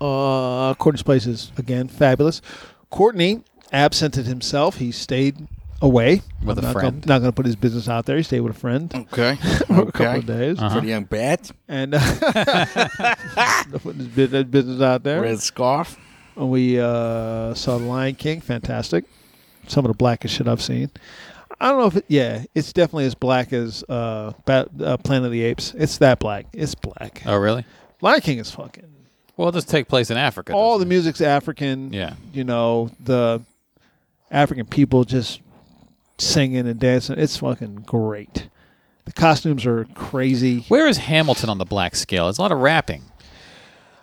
S4: Uh, Courtney's place is again fabulous. Courtney absented himself. He stayed away
S5: With
S4: I'm
S5: a
S4: not
S5: friend.
S4: Gonna, not going to put his business out there. He stayed with a friend
S6: Okay.
S4: for a couple of days,
S5: Uh-huh.
S6: Pretty young bat,
S4: and uh, putting his bu- that business out there.
S6: red scarf.
S4: We uh, saw The Lion King, fantastic. Some of the blackest shit I've seen. I don't know if it, yeah, it's definitely as black as uh, Bat, uh, Planet of the Apes. It's that black. It's black.
S5: Oh really?
S4: Lion King is fucking.
S5: Well, it does take place in Africa.
S4: All the
S5: doesn't
S4: music's African.
S5: it? Yeah.
S4: You know the African people just singing and dancing. It's fucking great. The costumes are crazy.
S5: Where is Hamilton on the black scale? It's a lot of rapping.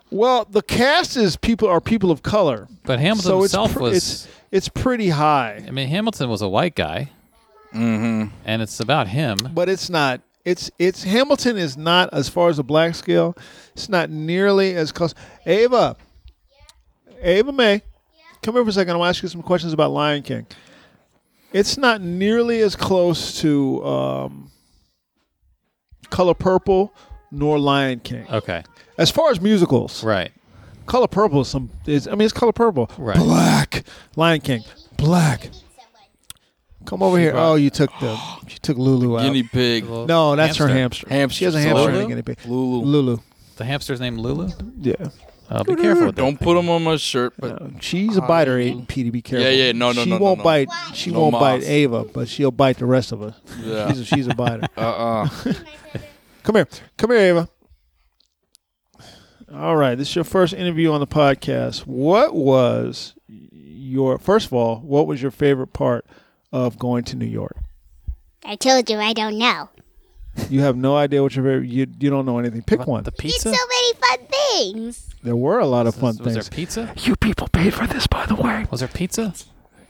S4: Well, the cast is people are people of color.
S5: But Hamilton
S4: so it's
S5: himself
S4: pr-
S5: was.
S4: it's, it's pretty high.
S5: I mean, Hamilton was a white guy. Mm-hmm. And it's about him.
S4: but it's not. It's it's Hamilton is not as far as the black scale. It's not nearly as close. Ava, Ava May, come here for a second. I want to ask you some questions about Lion King. It's not nearly as close to um, Color Purple nor Lion King
S5: Okay.
S4: as far as musicals.
S5: Uh, Right.
S4: Color Purple is some is I mean it's Color Purple.
S5: Right.
S4: Black Lion King. Black. Come over here. Oh, you took the you took Lulu out.
S6: Guinea pig.
S4: No, that's her
S5: Hamster.
S4: hamster. She has a
S6: Hamster.
S4: hamster
S6: Lulu?
S4: and a guinea pig.
S6: Lulu.
S4: Lulu.
S5: The hamster's named Lulu.
S4: Yeah.
S5: Uh, be careful with that.
S6: Don't put them on my shirt, but
S4: She's a biter, eh, Petey. Be careful.
S6: Yeah, yeah, no, no,
S4: she
S6: no, no,
S4: won't
S6: no.
S4: bite. She
S6: No
S4: won't bite
S6: moths.
S4: Ava, but she'll bite the rest of us.
S6: Yeah.
S4: She's a, she's a biter.
S6: uh-uh.
S4: Come here. Come here, Ava. All right. This is your first interview on the podcast. What was your, first of all, what was your favorite part of going to New York?
S8: I told you I don't know.
S4: You have no idea what your favorite, you, you don't know anything. Pick one.
S5: The
S8: It's
S5: pizza?
S8: so many fun things.
S4: There were a lot of fun
S5: was, was there
S4: things.
S5: pizza?
S4: You people paid for this, by the way.
S5: Was there pizza?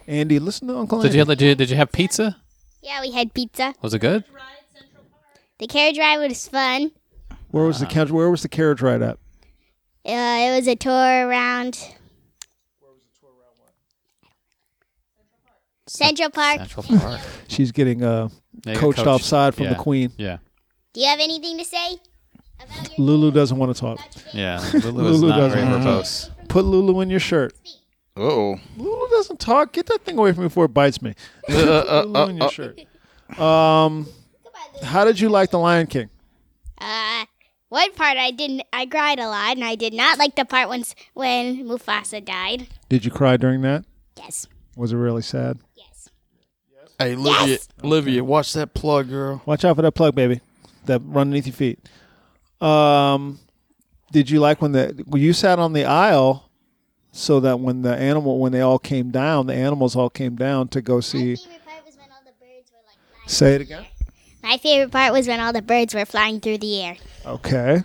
S4: Andy, listen to Uncle
S5: Did
S4: Andy.
S5: you, did you did you have pizza?
S8: Yeah, we had pizza.
S5: Was it good?
S8: The carriage ride was fun.
S4: Where was the
S5: Ah.
S4: couch? Where was the carriage ride at?
S8: Uh, it was a tour around. Central Park.
S5: Natural Park.
S4: She's getting uh,
S5: Yeah, you got
S4: coached
S5: coached.
S4: offside from
S5: Yeah.
S4: the queen.
S5: Yeah.
S8: Do you have anything to say? About your
S4: Lulu doesn't want to talk.
S5: Yeah. Lulu is
S4: Lulu
S5: not very
S4: doesn't-
S5: verbose.
S4: Put Lulu in your shirt.
S9: Oh,
S4: Lulu doesn't talk. Get that thing away from me before it bites me. Lulu in your shirt. Um, how did you like The Lion King?
S8: Uh, one part I didn't. I cried a lot, and I did not like the part once when Mufasa died.
S4: Did you cry during that?
S8: Yes.
S4: Was it really sad?
S8: Yes.
S6: Hey, Livia, Livia, watch that plug, girl.
S4: Watch out for that plug, baby. That run underneath your feet. Um, did you like when the when you sat on the aisle so that when the animal when they all came down, the animals all came down to go see.
S8: favorite part was when all the birds were like. Flying.
S4: Say it again.
S8: My favorite part was when all the birds were flying through the air.
S4: Okay.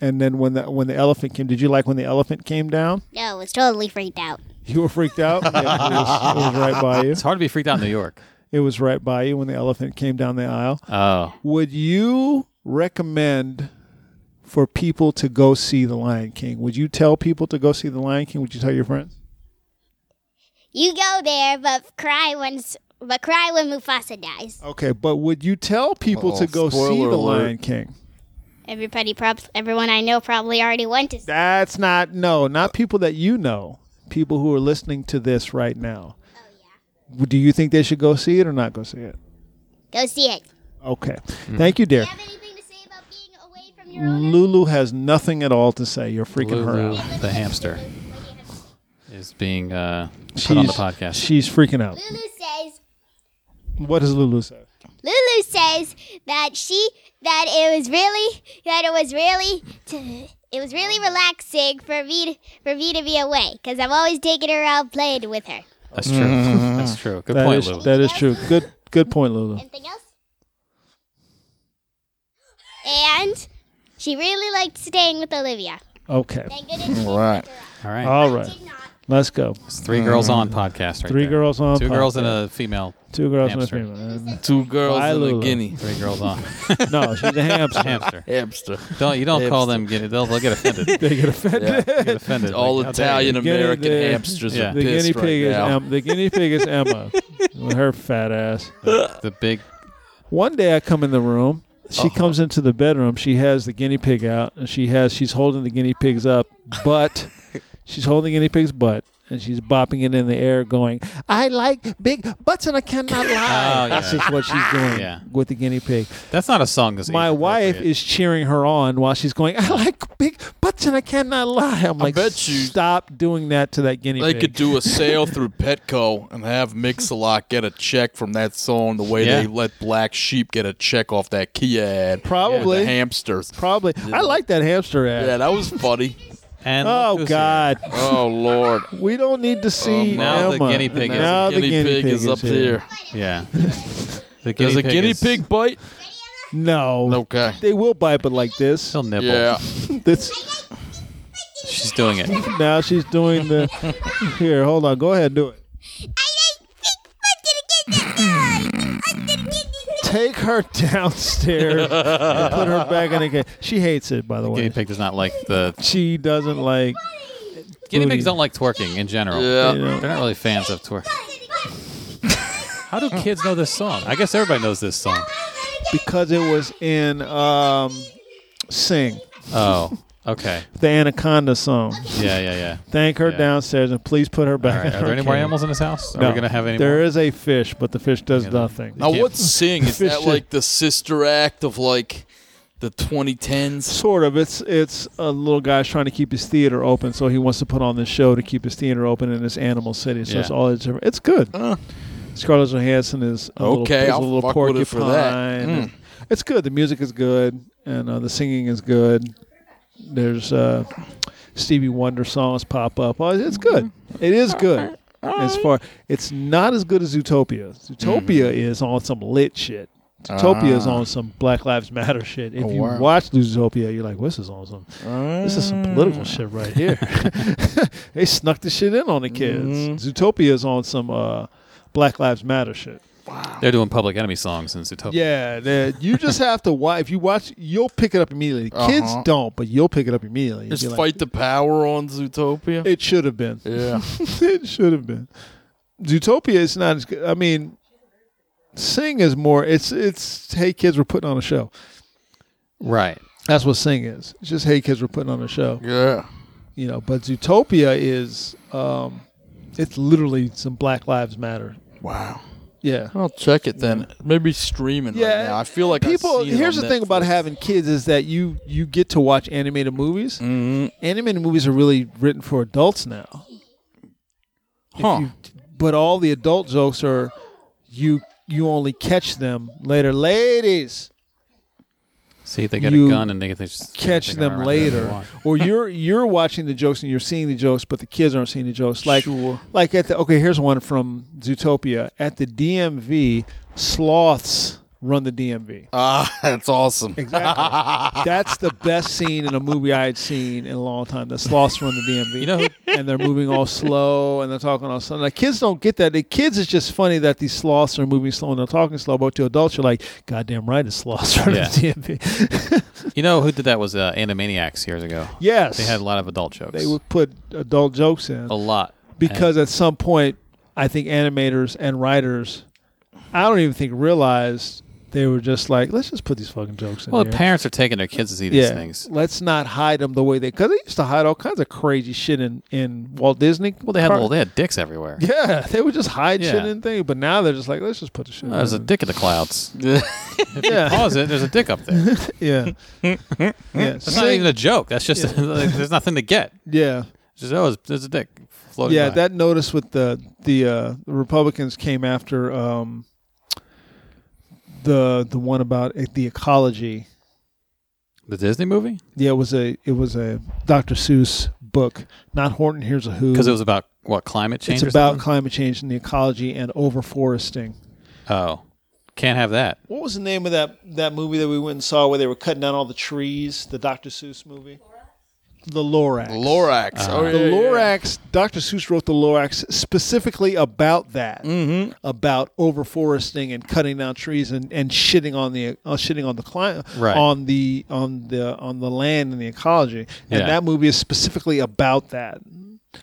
S4: And then when the when the elephant came, did you like when the elephant came down?
S8: No, it was totally freaked out.
S4: You were freaked out. Yeah, it, was, it was right by you.
S5: It's hard to be freaked out in New York.
S4: It was right by you when the elephant came down the aisle.
S5: Oh,
S4: Would you recommend for people to go see The Lion King? Would you tell people to go see The Lion King? Would you tell your friends?
S8: You go there, but cry when s- but cry when Mufasa dies.
S4: Okay, but would you tell people to
S9: Uh-oh,
S4: go see
S9: spoiler
S4: The
S9: alert.
S4: Lion King?
S8: Everybody, prob- everyone I know probably already went to. see-
S4: That's not no, not people that you know. People who are listening to this right now. Do you think they should go see it or not go see it?
S8: Go see it.
S4: Okay.
S5: Mm.
S4: Thank you, dear.
S8: Do you have anything to say about being away from your owner?
S4: Lulu has nothing at all to say. You're freaking
S5: Lulu,
S4: her out.
S5: the hamster, is being uh, put
S4: She's,
S5: on the podcast.
S4: she's freaking out.
S8: Lulu says.
S4: What does Lulu say?
S8: Lulu says that she that it was really that it was really t- it was really relaxing for me to, for me to be away because I'm always taking her out playing with her.
S5: That's true. That's true. Good
S4: Mm-hmm. That
S5: point,
S4: is-
S5: Lou.
S4: that is true. Good good point, Lulu.
S8: Anything else? And she really liked staying with Olivia.
S4: Okay.
S8: Thank goodness she
S9: all right.
S5: All right.
S4: All right.
S8: did not.
S4: Let's go.
S5: It's three girls on podcast right
S4: Three
S5: there.
S4: girls on.
S5: Two
S4: podcast.
S5: girls and a female.
S4: two girls
S5: hamster.
S4: and a female.
S6: Two girls
S4: Bye,
S6: and a
S4: Lulu.
S6: guinea.
S5: Three girls on.
S4: No, she's a hamster.
S5: hamster.
S6: Hamster.
S5: Don't you don't call them guinea. They'll, they'll get offended.
S4: They get offended.
S5: Get offended.
S6: All
S5: Like, how dare you.
S6: Italian American
S4: Guinea- the-
S6: hamsters
S5: Yeah.
S6: are
S4: The guinea
S6: pissed right
S4: pig is um,
S6: now.
S4: Em- the guinea pig is Emma with her fat ass.
S5: The big.
S4: One day I come in the room.
S6: Uh-huh.
S4: She comes into the bedroom. She has the guinea pig out, and she has she's holding the guinea pig's up, but she's holding the guinea pig's butt, and she's bopping it in the air, going, "I like big butts, and I cannot lie."
S5: Oh,
S4: That's
S5: yeah.
S4: just what she's doing
S5: Yeah.
S4: with the guinea pig.
S5: That's not a song. That's
S4: My
S5: even
S4: wife
S5: appropriate.
S4: is cheering her on while she's going, I like big butts and I cannot lie. I'm like,
S6: bet you-
S4: stop doing that to that guinea
S6: They
S4: pig.
S6: could do a sale through Petco and have Mix-a-Lot get a check from that song the way
S5: Yeah.
S6: they let Black Sheep get a check off that Kia ad.
S4: Probably.
S6: The hamsters.
S4: Probably. I like that hamster ad.
S6: Yeah, that was funny.
S5: And look
S4: Oh
S5: who's
S4: God!
S6: Oh, Lord.
S4: We don't need to see
S5: Um, now the
S4: Emma.
S5: guinea pig is-
S4: now the guinea pig,
S6: is up
S4: here.
S6: there.
S5: here. Yeah. The
S6: Does a guinea
S5: is-
S6: pig bite?
S4: No,
S6: Okay.
S4: they will bite, but like this.
S5: He'll nibble.
S6: Yeah.
S4: This
S5: She's doing it.
S4: now she's doing the. Here, hold on. Go ahead, do it. Take her downstairs and put her back in the cage. She hates it, by the
S5: Guinea
S4: way.
S5: pig does not like the.
S4: She doesn't like.
S5: Guinea
S4: Booty.
S5: pigs don't like twerking in general.
S6: Yeah.
S4: Yeah.
S5: They're not really fans of twerk. How do kids know this song? I guess everybody knows this song.
S4: because it was in um, Sing,
S5: Oh, okay.
S4: the Anaconda song.
S5: Yeah, yeah, yeah.
S4: Thank her
S5: Yeah.
S4: downstairs and please put her
S5: All
S4: back. in
S5: right. Are there
S4: her
S5: any more
S4: cage.
S5: animals in this house? Are
S4: No.
S5: we gonna have any?
S4: There
S5: more?
S4: is a fish, but the fish does nothing.
S6: Now,
S5: Yeah.
S6: what's Sing? Is that
S4: Fish-
S6: like the sister act of like the 2010s?
S4: Sort of. It's it's a little guy's trying to keep his theater open, so he wants to put on this show to keep his theater open in this animal city. So
S5: Yeah.
S4: it's all it's it's good. Scarlett Johansson is a little-
S6: Okay,
S4: is a
S6: I'll
S4: little,
S6: fuck with
S4: porcupine.
S6: it for that. Mm.
S4: and It's good. The music is good, and uh, the singing is good. There's uh, Stevie Wonder songs pop up. Oh, it's good.
S6: Mm-hmm.
S4: It is good. As far, it's not as good as Zootopia. Zootopia
S6: Mm-hmm.
S4: is on some lit shit. Zootopia is
S6: Ah.
S4: on some Black Lives Matter shit.
S6: Oh,
S4: If you
S9: wow.
S4: watch Zootopia, you're like, "This is on some. This is
S6: Ah.
S4: some political shit right here." they snuck the shit in on the kids.
S6: Mm-hmm.
S4: Zootopia is on some uh, Black Lives Matter shit.
S5: They're doing Public Enemy songs in Zootopia.
S4: Yeah, the- you just have to watch. If you watch, you'll pick it up immediately. Kids don't, but you'll pick it up immediately. You'll
S6: Is
S4: be
S6: Uh-huh. Fight
S4: like,
S6: the Power on Zootopia?
S4: it should have been.
S6: yeah.
S4: it should have been. Zootopia is not as good. I mean, Sing is more. It's it's hey kids, we're putting on a show.
S5: Right.
S4: That's what Sing is. It's just hey kids, we're putting on a show.
S6: Yeah.
S4: You know, but Zootopia is um, It's literally some Black Lives Matter.
S6: Wow.
S4: Yeah.
S6: I'll check it then. Mm-hmm. Maybe streaming right now. I feel like I've
S4: people.
S6: seen it on
S4: Here's the thing about
S6: Netflix.
S4: having kids is that you you get to watch animated movies.
S6: Mm. Mm-hmm.
S4: Animated movies are really written for adults now. If
S6: Huh.
S4: you- but all the adult jokes are you you only catch them later, ladies.
S5: See, they get
S4: You
S5: a gun and they, they just
S4: Catch
S5: they go
S4: them
S5: around and
S4: later,
S5: walk.
S4: or you're you're watching the jokes and you're seeing the jokes, but the kids aren't seeing the jokes. Like
S6: Sure.
S4: like at the okay, here's one from Zootopia at the DMV. Sloths run the DMV.
S6: Ah, that's awesome.
S4: Exactly. That's the best scene in a movie I had seen in a long time. The sloths run the DMV.
S5: You know who-
S4: and they're moving all slow and they're talking all slow. Like kids don't get that. The kids it's just funny that these sloths are moving slow and they're talking slow. But to adults, you're like, goddamn right, it's sloths running
S5: Yeah.
S4: the DMV.
S5: You know who did that was uh, Animaniacs years ago.
S4: yes,
S5: They had a lot of adult jokes.
S4: They would put adult jokes in
S5: a lot
S4: because at some point, I think animators and writers, I don't even think realized they were just like, let's just put these fucking jokes in.
S5: And- well,
S4: here.
S5: the parents are taking their kids to see these things.
S4: Let's not hide them the way they because they used to hide all kinds of crazy shit in in Walt Disney.
S5: Well, they had
S4: car-
S5: little, they had dicks everywhere.
S4: Yeah, they would just hide shit
S5: Yeah.
S4: in things, but now they're just like, let's just put the shit.
S5: Uh, There's a
S4: in.
S5: dick in the clouds.
S4: Yeah,
S5: Pause it. There's a dick up there. That's
S4: yeah, yeah.
S5: not
S4: Sing-
S5: even a joke. That's just like, there's nothing to get.
S4: yeah,
S5: It's Just oh, it's- there's a dick floating.
S4: yeah.
S5: by.
S4: That notice with the the uh, the Republicans came after um, the the one about e- the ecology.
S5: the Disney movie
S4: Yeah, it was a it was a Dr. Seuss book, not Horton. Here's a who.
S5: because it was about what climate change.
S4: it's
S5: or
S4: about
S5: something?
S4: climate change and the ecology and overforesting.
S5: oh, can't have that.
S4: What was the name of that that movie that we went and saw where they were cutting down all the trees? The Dr. Seuss movie. The Lorax.
S6: Lorax. oh, yeah,
S4: The
S6: yeah.
S4: Lorax. Dr. Seuss wrote the Lorax specifically about that, about overforesting and cutting down trees and, and shitting on the uh, shitting on the climate,
S5: Right.
S4: on the on the on the land and the ecology. And
S5: Yeah.
S4: that movie is specifically about that.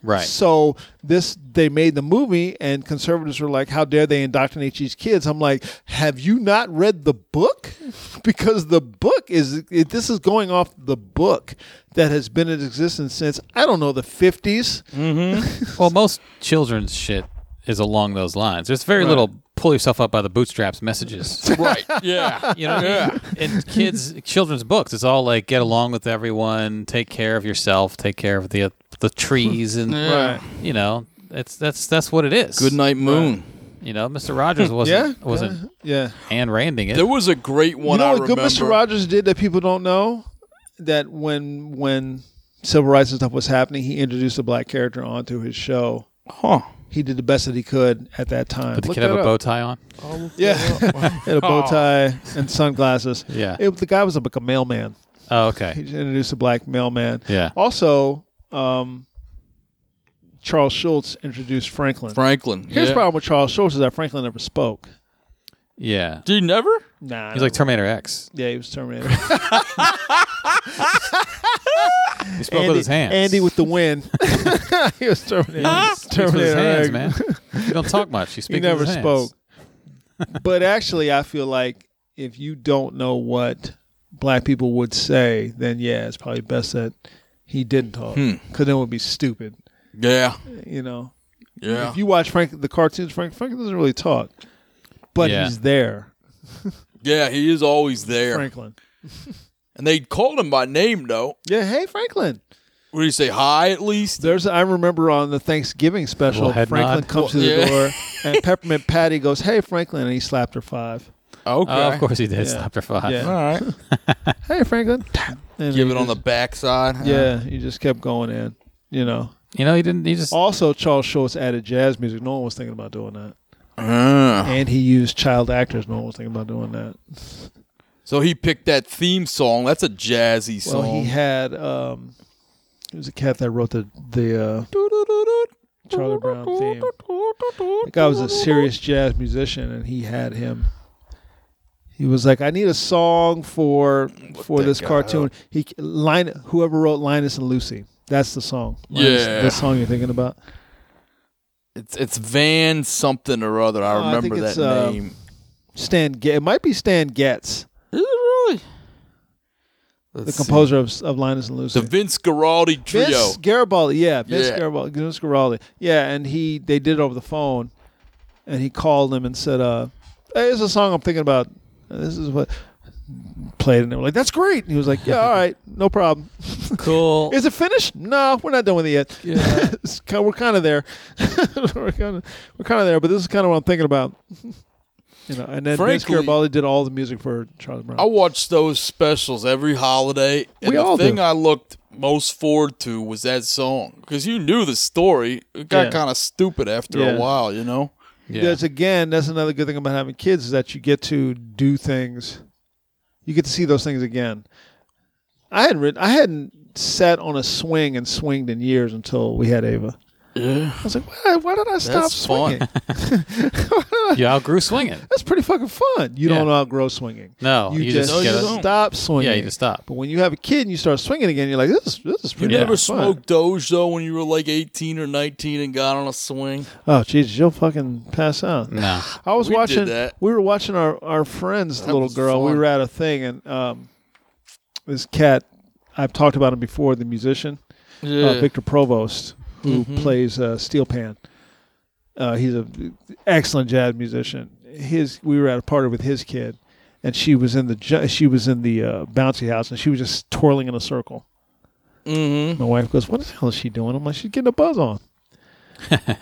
S5: Right.
S4: So this they made the movie and conservatives were like, How dare they indoctrinate these kids? I'm like, have you not read the book? Because the book is it, this is going off the book that has been in existence since I don't know the 50s
S5: Mm. Well, most children's shit is along those lines. There's very little pull yourself up by the bootstraps messages.
S6: Right. Yeah.
S5: You know, what I mean? in kids, children's books, it's all like get along with everyone, take care of yourself, take care of the the trees, and
S4: Right.
S5: you know, it's that's that's what it is.
S6: Good night, Moon.
S5: You know, Mr. Rogers
S4: Yeah,
S5: wasn't wasn't
S4: yeah.
S5: and randing it.
S6: There was a great
S4: You
S6: one
S4: know
S6: I
S4: what
S6: remember.
S4: good Mr. Rogers did that people don't know? That when when civil rights and stuff was happening, he introduced a black character onto his show.
S6: Huh.
S4: He did the best that he could at that time.
S5: Did the
S4: Look
S5: kid have
S4: that
S5: a
S4: up.
S5: bow tie on?
S4: Yeah, had a bow tie and sunglasses.
S5: Yeah.
S4: It- the guy was like a mailman.
S5: Oh,
S4: He
S5: okay.
S4: just introduced a black mailman.
S5: Yeah.
S4: Also, um, Charles Schultz introduced Franklin.
S6: Franklin.
S4: Here's the
S6: yeah.
S4: problem with Charles Schultz is that Franklin never spoke.
S5: Yeah.
S6: Did you never?
S4: Nah,
S5: He's like Terminator X.
S4: yeah, he was Terminator.
S5: He spoke with his hands.
S4: Andy with the wind. he was Terminator.
S5: He speaks with his
S4: Terminator
S5: hands,
S4: X.
S5: man. He don't talk much. He speaks.
S4: He never
S5: with his hands.
S4: spoke. but actually, I feel like if you don't know what black people would say, then yeah, it's probably best that he didn't talk because then it would be stupid.
S6: Yeah.
S4: You know,
S6: Yeah.
S4: if you watch Frank, the cartoons, Frank Frank doesn't really talk, but
S5: Yeah.
S4: he's there,
S6: yeah, he is always there.
S4: Franklin.
S6: And they called him by name, though.
S4: Yeah, hey Franklin.
S6: What do you say? Hi, at least?
S4: There's I remember on the Thanksgiving special,
S5: Little head
S4: Franklin
S5: nod.
S4: comes to the
S6: Yeah.
S4: door and Peppermint Patty goes, "Hey Franklin," and he slapped her five.
S6: Okay.
S4: Uh,
S5: Oh, of course he did.
S4: Yeah.
S5: Stop after five.
S4: Yeah.
S6: All right.
S4: Hey Franklin, And
S6: Give
S4: he
S6: it on the
S4: just-
S6: backside.
S4: yeah. He just kept going in, you know.
S5: You know, he didn't. He just.
S4: Also, Charles Schultz added jazz music. No one was thinking about doing that.
S6: Ah.
S4: And he used child actors. No one was thinking about doing that.
S6: So he picked that theme song. That's a jazzy
S4: Well,
S6: song.
S4: he had um, it was a cat that wrote the the uh, Charlie Brown theme. The guy was a serious jazz musician, and he had him. He was like, "I need a song for for
S6: that
S4: this
S6: guy
S4: cartoon." He line whoever wrote Linus and Lucy. That's the song. Linus-
S6: Yeah.
S4: the song you're thinking about.
S6: it's it's Van something or other. I
S4: Oh, I
S6: remember
S4: think
S6: that
S4: it's, uh,
S6: name.
S4: Stan. Ge- it might be Stan Getz.
S6: Is it really?
S4: the composer of, of Linus and
S6: The
S4: Lucy.
S6: Vince Guaraldi trio.
S4: Vince Garibaldi, yeah, Vince
S6: Yeah.
S4: Garibaldi, Vince Garibaldi, yeah, and he they did it over the phone, and he called them and said, "Uh, hey, this is a song I'm thinking about. This is what." Played and they were like, "That's great." And he was like, "Yeah, all right, no problem."
S5: Cool.
S4: Is it finished? No, we're not done with it yet.
S5: Yeah.
S4: It's ki- we're kind of there. we're kind of we're kind of there, but this is kind of what I'm thinking about. you know, and then Vince
S6: Frankly-
S4: Garibaldi did all the music for Charles Brown.
S6: I watch those specials every holiday. And
S4: We
S6: the
S4: all
S6: thing
S4: do.
S6: I looked most forward to was that song because you knew the story. It got
S4: Yeah.
S6: kind of stupid after
S4: Yeah.
S6: a while, you know.
S5: Yeah.
S4: That's again, that's another good thing about having kids is that you get to do things. You get to see those things again. I hadn't written, I hadn't sat on a swing and swinged in years until we had Ava. Yeah. I was like, why, why did I stop
S6: That's fun.
S4: swinging?
S5: You outgrew swinging.
S4: That's pretty fucking fun. You don't
S5: Yeah.
S4: outgrow swinging.
S5: No,
S4: you,
S5: you
S4: just,
S5: just
S6: No, you
S5: gotta-
S6: don't.
S4: stop swinging.
S5: Yeah, you just stop.
S4: But when you have a kid and you start swinging again, you're like, this is this is
S6: You
S4: pretty
S6: never
S4: fun.
S6: smoked Doge though when you were like eighteen or nineteen and got on a swing.
S4: Oh, Jesus, you'll fucking pass out.
S5: No.
S4: I was
S6: We did
S4: watching.
S6: that.
S4: We were watching our our friend's little
S6: was
S4: girl. We
S6: fun.
S4: were at a thing, and um, this cat. I've talked about him before. The musician
S6: Yeah, Mm-hmm.
S4: uh, Victor Provost, who plays uh, steel pan. Uh, he's a excellent jazz musician. His we were at a party with his kid, and she was in the ju- she was in the uh, bouncy house, and she was just twirling in a circle. Mm-hmm. My wife goes, "What the hell is she doing?" I'm like, "She's getting a buzz on."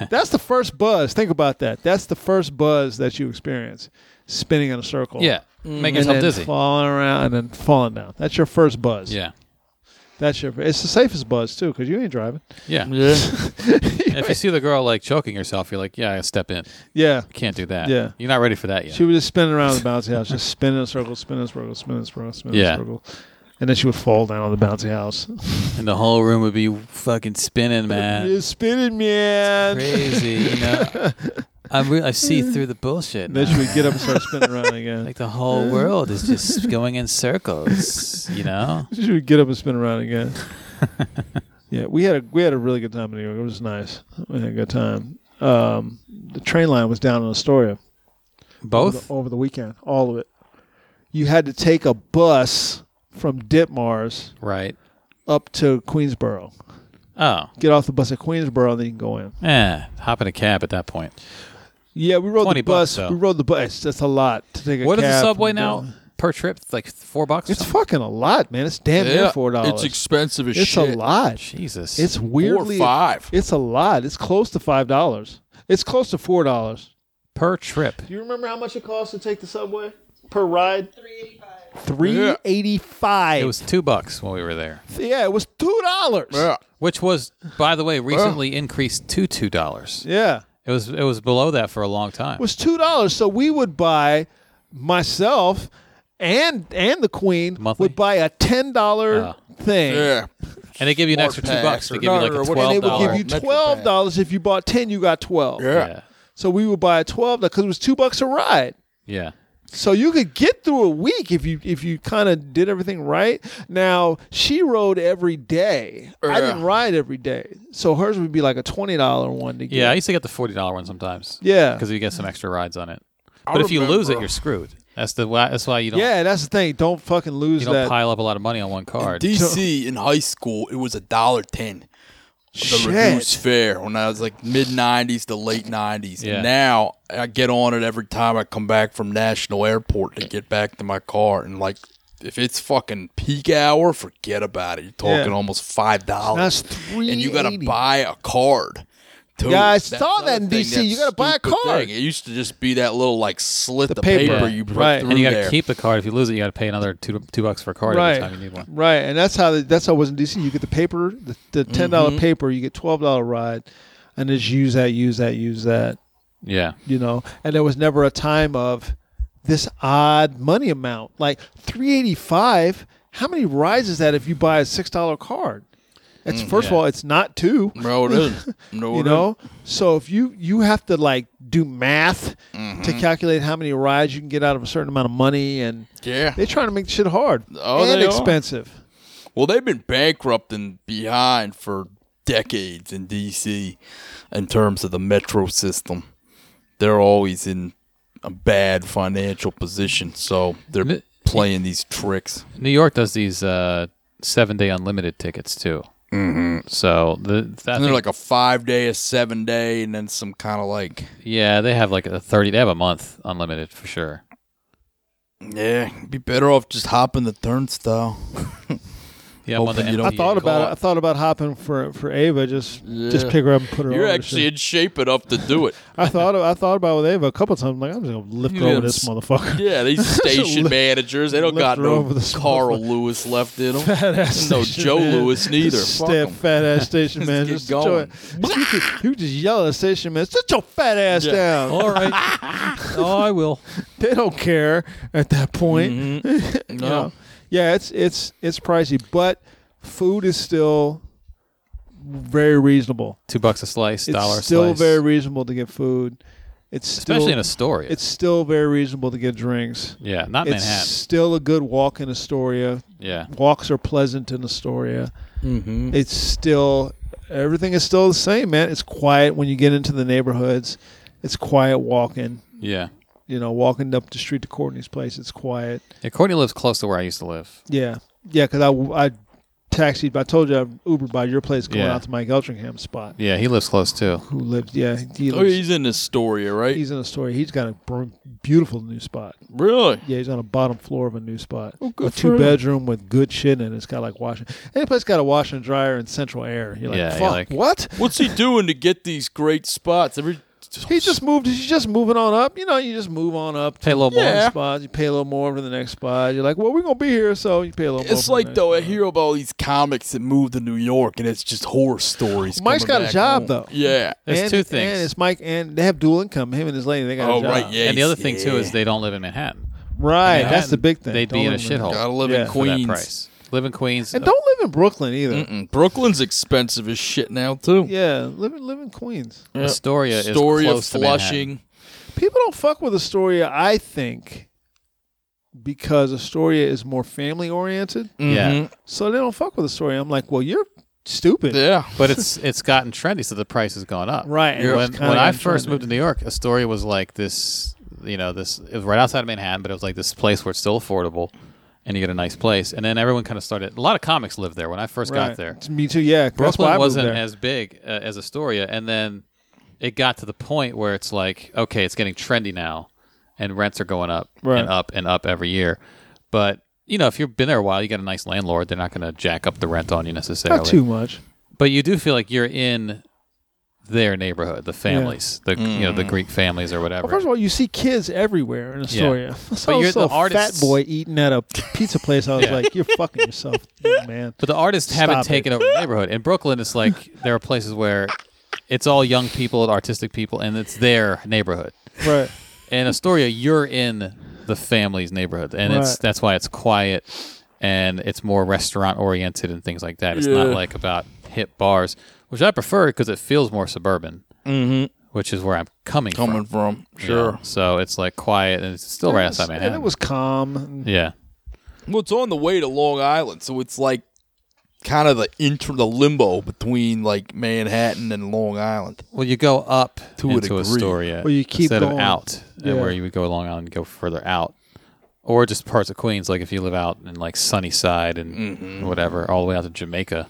S4: That's the first buzz. Think about that. That's the first buzz that you experience, spinning in a circle.
S5: Yeah. Make
S4: and
S5: yourself
S4: then
S5: dizzy.
S4: falling around and then falling down. That's your first buzz.
S5: Yeah.
S4: that's your. It's the safest buzz too, because you ain't driving.
S5: Yeah.
S6: yeah.
S5: If you see the girl like choking herself, you're like, yeah, I step in.
S4: Yeah,
S5: Can't do that.
S4: Yeah.
S5: You're not ready for that yet.
S4: She was just spinning around the bouncy house, just spinning in a circle, spinning in a circle, spinning in a circle, spinning in a
S5: Yeah.
S4: circle. And then she would fall down on the bouncy house.
S5: and the whole room would be fucking spinning, man.
S4: It's spinning, man.
S5: Crazy. You know, I, re- I see through the bullshit.
S4: Then
S5: now.
S4: she would get up and start spinning around again.
S5: Like the whole world is just going in circles. You know.
S4: She would get up and spin around again. yeah, we had a we had a really good time in New York. It was nice. We had a good time. Um, the train line was down in Astoria over
S5: Both.
S4: the, over the weekend. All of it. You had to take a bus from Ditmars
S5: Right.
S4: up to Queensboro.
S5: Oh.
S4: Get off the bus at Queensboro, and then you can go in.
S5: Eh. Hop in a cab at that point.
S4: Yeah, we rode the
S5: 20
S4: bus.
S5: bucks, though.
S4: we rode the bus. That's a lot to take a
S5: What is
S4: cab
S5: the
S4: from
S5: subway now
S4: down-
S5: per trip? It's like four bucks. or
S4: It's
S5: something?
S4: fucking a lot, man. It's damn near four dollars.
S6: It's expensive as
S4: It's
S6: shit.
S4: a lot.
S5: Jesus.
S4: It's weirdly
S6: five.
S4: It's a lot. It's close to five dollars. It's close to four dollars.
S5: per trip.
S4: Do you remember how much it costs to take the subway per ride? Three eighty five.
S5: It was two bucks when we were there,
S4: yeah, it was two dollars.
S6: Yeah.
S5: which was, by the way, recently increased to two dollars.
S4: yeah.
S5: It was it was below that for a long time.
S4: was two dollars. So we would buy myself and and the queen
S5: Monthly?
S4: would buy a ten dollar
S5: Ah.
S4: thing.
S6: Yeah.
S5: and they give you an
S6: Smart
S5: extra two
S6: pass
S5: bucks.
S6: or-
S5: They give you like
S6: or
S5: a
S6: what do
S5: twelve
S4: They
S6: they-
S4: would
S5: dollar.
S4: give you
S6: Metro
S4: twelve dollars if you bought ten. You got twelve.
S6: Yeah.
S5: yeah,
S4: So we would buy a twelve because it was two bucks a ride.
S5: yeah.
S4: So you could get through a week if you if you kind of did everything right. Now she rode every day. I
S6: Yeah.
S4: didn't ride every day, so hers would be like a twenty dollar one to get.
S5: Yeah, I used to get the forty dollar one sometimes.
S4: Yeah.
S5: because you get some extra rides on it. but if you lose it, you're screwed. That's the why, that's why you don't
S4: yeah. That's the thing. Don't fucking lose
S5: you don't
S4: that.
S5: pile up a lot of money on one card.
S6: DC in high school, it was a dollar ten. The
S4: Shit.
S6: reduced fare when I was like mid '90s to late '90s.
S5: Yeah.
S6: And now I get on it every time I come back from National Airport to get back to my car, and like if it's fucking peak hour, forget about it. You're talking
S4: Yeah.
S6: almost five
S4: That's
S6: dollars,
S4: three.
S6: and you got to buy a card. too.
S4: Yeah, I
S6: That's
S4: saw that
S6: another
S4: in
S6: thing,
S4: DC. You gotta buy a
S6: stupid
S4: card.
S6: thing. It used to just be that little like slit
S4: The
S6: of
S4: paper.
S6: paper,
S5: Yeah.
S6: you put
S4: Right.
S6: through
S5: and you got to
S6: there.
S5: keep the card. If you lose it, you got to pay another two two bucks for a card every time you need one.
S4: Right, and that's how that's how it was in DC. You get the paper, the, the ten
S5: Mm-hmm.
S4: paper, you get twelve dollar ride, and just use that, use that, use that.
S5: Yeah,
S4: You know, and there was never a time of this odd money amount like three eighty five. How many rides is that if you buy a six dollar card? It's
S6: Mm,
S4: first of
S5: yeah.
S4: all, it's not two.
S6: No, it isn't. No,
S4: You
S6: it
S4: know, so if you you have to like do math to
S6: Mm-hmm.
S4: calculate how many rides you can get out of a certain amount of money, and
S6: isn't. yeah.
S4: they're trying to make shit hard
S6: Oh,
S4: and
S6: they are.
S4: expensive.
S6: Well, they've been bankrupt and behind for decades in DC in terms of the metro system. They're always in a bad financial position, so they're
S5: Mi-
S6: playing these tricks.
S5: New York does these uh, seven day unlimited tickets too. Mm-hmm. So the that
S6: And they're like a five day, a seven day, and then some kind of like
S5: yeah, they have like a thirty. They have a month unlimited for sure.
S6: yeah. Be better off just hopping the turnstile.
S5: Yeah, one of the
S6: Hopefully you
S4: I
S5: empty-
S6: don't-
S4: thought about
S6: caught.
S4: it. I thought about hopping for for Ava. Just just pick her up and put her.
S6: You're
S4: over the
S6: actually
S4: shit.
S6: in shape enough to do it.
S4: I thought I thought about it with Ava a couple times. I'm like I'm just gonna lift
S6: You
S4: her over
S6: didn't
S4: this
S6: s-
S4: motherfucker.
S6: Yeah, these station
S4: lift-
S6: managers, they don't
S4: lift
S6: got
S4: her
S6: no
S4: over the sofa.
S6: Carl Lewis left in them.
S4: Fat ass
S6: No
S4: station
S6: Joe
S4: man.
S6: Lewis neither. Fuck
S4: Step
S6: 'em.
S4: fat ass station man.
S6: get
S4: just enjoy it. You could, you could just yell at station man. Sit your fat ass
S6: Yeah.
S4: down.
S5: All right. oh, I will.
S4: They don't care at that point.
S6: Mm-hmm. No.
S4: You know? Yeah, it's it's it's pricey, but food is still very reasonable.
S5: Two bucks a slice,
S4: It's
S5: dollar a
S4: still
S5: slice.
S4: very reasonable to get food. It's still,
S5: especially in Astoria.
S4: It's still very reasonable to get drinks.
S5: yeah, not
S4: it's
S5: Manhattan.
S4: still a good walk in Astoria.
S5: Yeah,
S4: Walks are pleasant in Astoria. Mm-hmm. It's still everything is still the same, man. It's quiet when you get into the neighborhoods. It's quiet walking.
S5: yeah.
S4: You know, walking up the street to Courtney's place, it's quiet.
S5: Yeah, Courtney lives close to where I used to live.
S4: Yeah, yeah, because I I taxied. I told you I Ubered by your place going
S5: Yeah.
S4: out to Mike Eltringham's spot.
S5: Yeah, he lives close too.
S4: Who lives? Yeah, he
S6: Oh,
S4: lives,
S6: he's in Astoria, right?
S4: he's in a story. He's got a br- beautiful new spot.
S6: really?
S4: Yeah, he's on a bottom floor of a new spot.
S6: good
S4: a
S6: for
S4: two
S6: him.
S4: bedroom with good shit in it. It's got like washing. Any place got a washer and dryer and central air. You're like,
S5: Yeah, you're
S4: fuck,
S5: like-
S4: what?
S6: What's he doing to get these great spots? Every
S4: He just moved. He's just moving on up. You know, you just move on up.
S5: Pay a little
S4: One
S6: Yeah.
S4: spot, you pay a little more for the next spot. You're like, well, we're gonna be here, so you pay a little. more
S6: It's
S4: for the
S6: like
S4: next
S6: though I
S4: spot.
S6: hear about all these comics that moved to New York, and it's just horror stories.
S4: Mike's got
S6: coming
S4: a
S6: back
S4: job,
S6: home.
S4: though.
S6: Yeah.
S5: more. There's
S4: And-
S5: two things.
S4: and it's Mike, and they have dual income. Him and his lady, they got.
S6: Oh,
S4: a job.
S6: right, yeah.
S5: and the other
S6: he's-
S5: thing too is
S6: yeah.
S5: they don't live in Manhattan.
S4: right.
S5: Yeah.
S4: That's the big thing.
S5: They'd be
S4: Don't
S5: in a
S4: live
S5: shithole.
S6: Gotta live
S4: Yeah.
S6: in
S5: for that
S6: Queens.
S5: price. Live in Queens.
S4: And don't live in Brooklyn either.
S6: Mm, Brooklyn's expensive as shit now too.
S4: Yeah, live in live in Queens.
S5: Astoria,
S6: Story
S5: is
S6: of
S5: close
S6: Flushing.
S4: People don't fuck with Astoria, I think, because Astoria is more family oriented.
S5: To Manhattan. Yeah,
S4: So they don't fuck with Astoria. I'm like, well, you're stupid.
S6: Yeah.
S5: but it's it's gotten trendy, so the price has gone up.
S4: Right, and
S5: And
S4: it's
S5: when
S4: kinda
S5: when I
S4: gotten
S5: first
S4: trendy.
S5: moved to New York, Astoria was like this. You know, this it was right outside of Manhattan, but it was like this place where it's still affordable, and you get a nice place. And then everyone kind of started. A lot of comics lived there when I first
S4: Right.
S5: got there.
S4: It's Me too. Yeah, that's why I
S5: Brooklyn
S4: moved
S5: wasn't
S4: there.
S5: as big uh, as Astoria, and then it got to the point where it's like, okay, it's getting trendy now, and rents are going up
S4: Right.
S5: and up and up every year. But you know, if you've been there a while, you got a nice landlord. They're not going to jack up the rent on you necessarily.
S4: not too much.
S5: But you do feel like you're in their neighborhood, the families, the you know the Greek families or whatever.
S4: Well, first of all, you see kids everywhere in Astoria. So
S5: But you're
S4: so
S5: the artists-
S4: fat boy eating at a pizza place. I was like, you're fucking yourself, young man.
S5: But the artists haven't
S4: Stop it.
S5: taken over the neighborhood. In Brooklyn, it's like there are places where it's all young people and artistic people, and it's their neighborhood.
S4: Right.
S5: in Astoria, you're in the family's neighborhood, and it's
S4: Right.
S5: that's why it's quiet and it's more restaurant oriented and things like that. It's not
S6: Yeah.
S5: like about hip bars, which I prefer because it feels more suburban, mm-hmm. which is where I'm coming,
S6: Coming
S5: from.
S6: from.
S5: you
S6: Sure.
S5: know? So it's like quiet and it's still right outside
S4: And
S5: Manhattan.
S4: it was calm. and-
S5: yeah.
S6: Well, it's on the way to Long Island, so it's like kind of the inter the limbo between like Manhattan and Long Island.
S5: Well, you go up
S6: To a
S5: into
S6: degree.
S5: Astoria
S4: Well, you keep
S5: instead of
S4: going.
S5: out, and
S4: Yeah.
S5: where you would go along Island, and go further out, or just parts of Queens. Like if you live out in like Sunnyside and
S4: Mm-hmm.
S5: whatever, all the way out to Jamaica.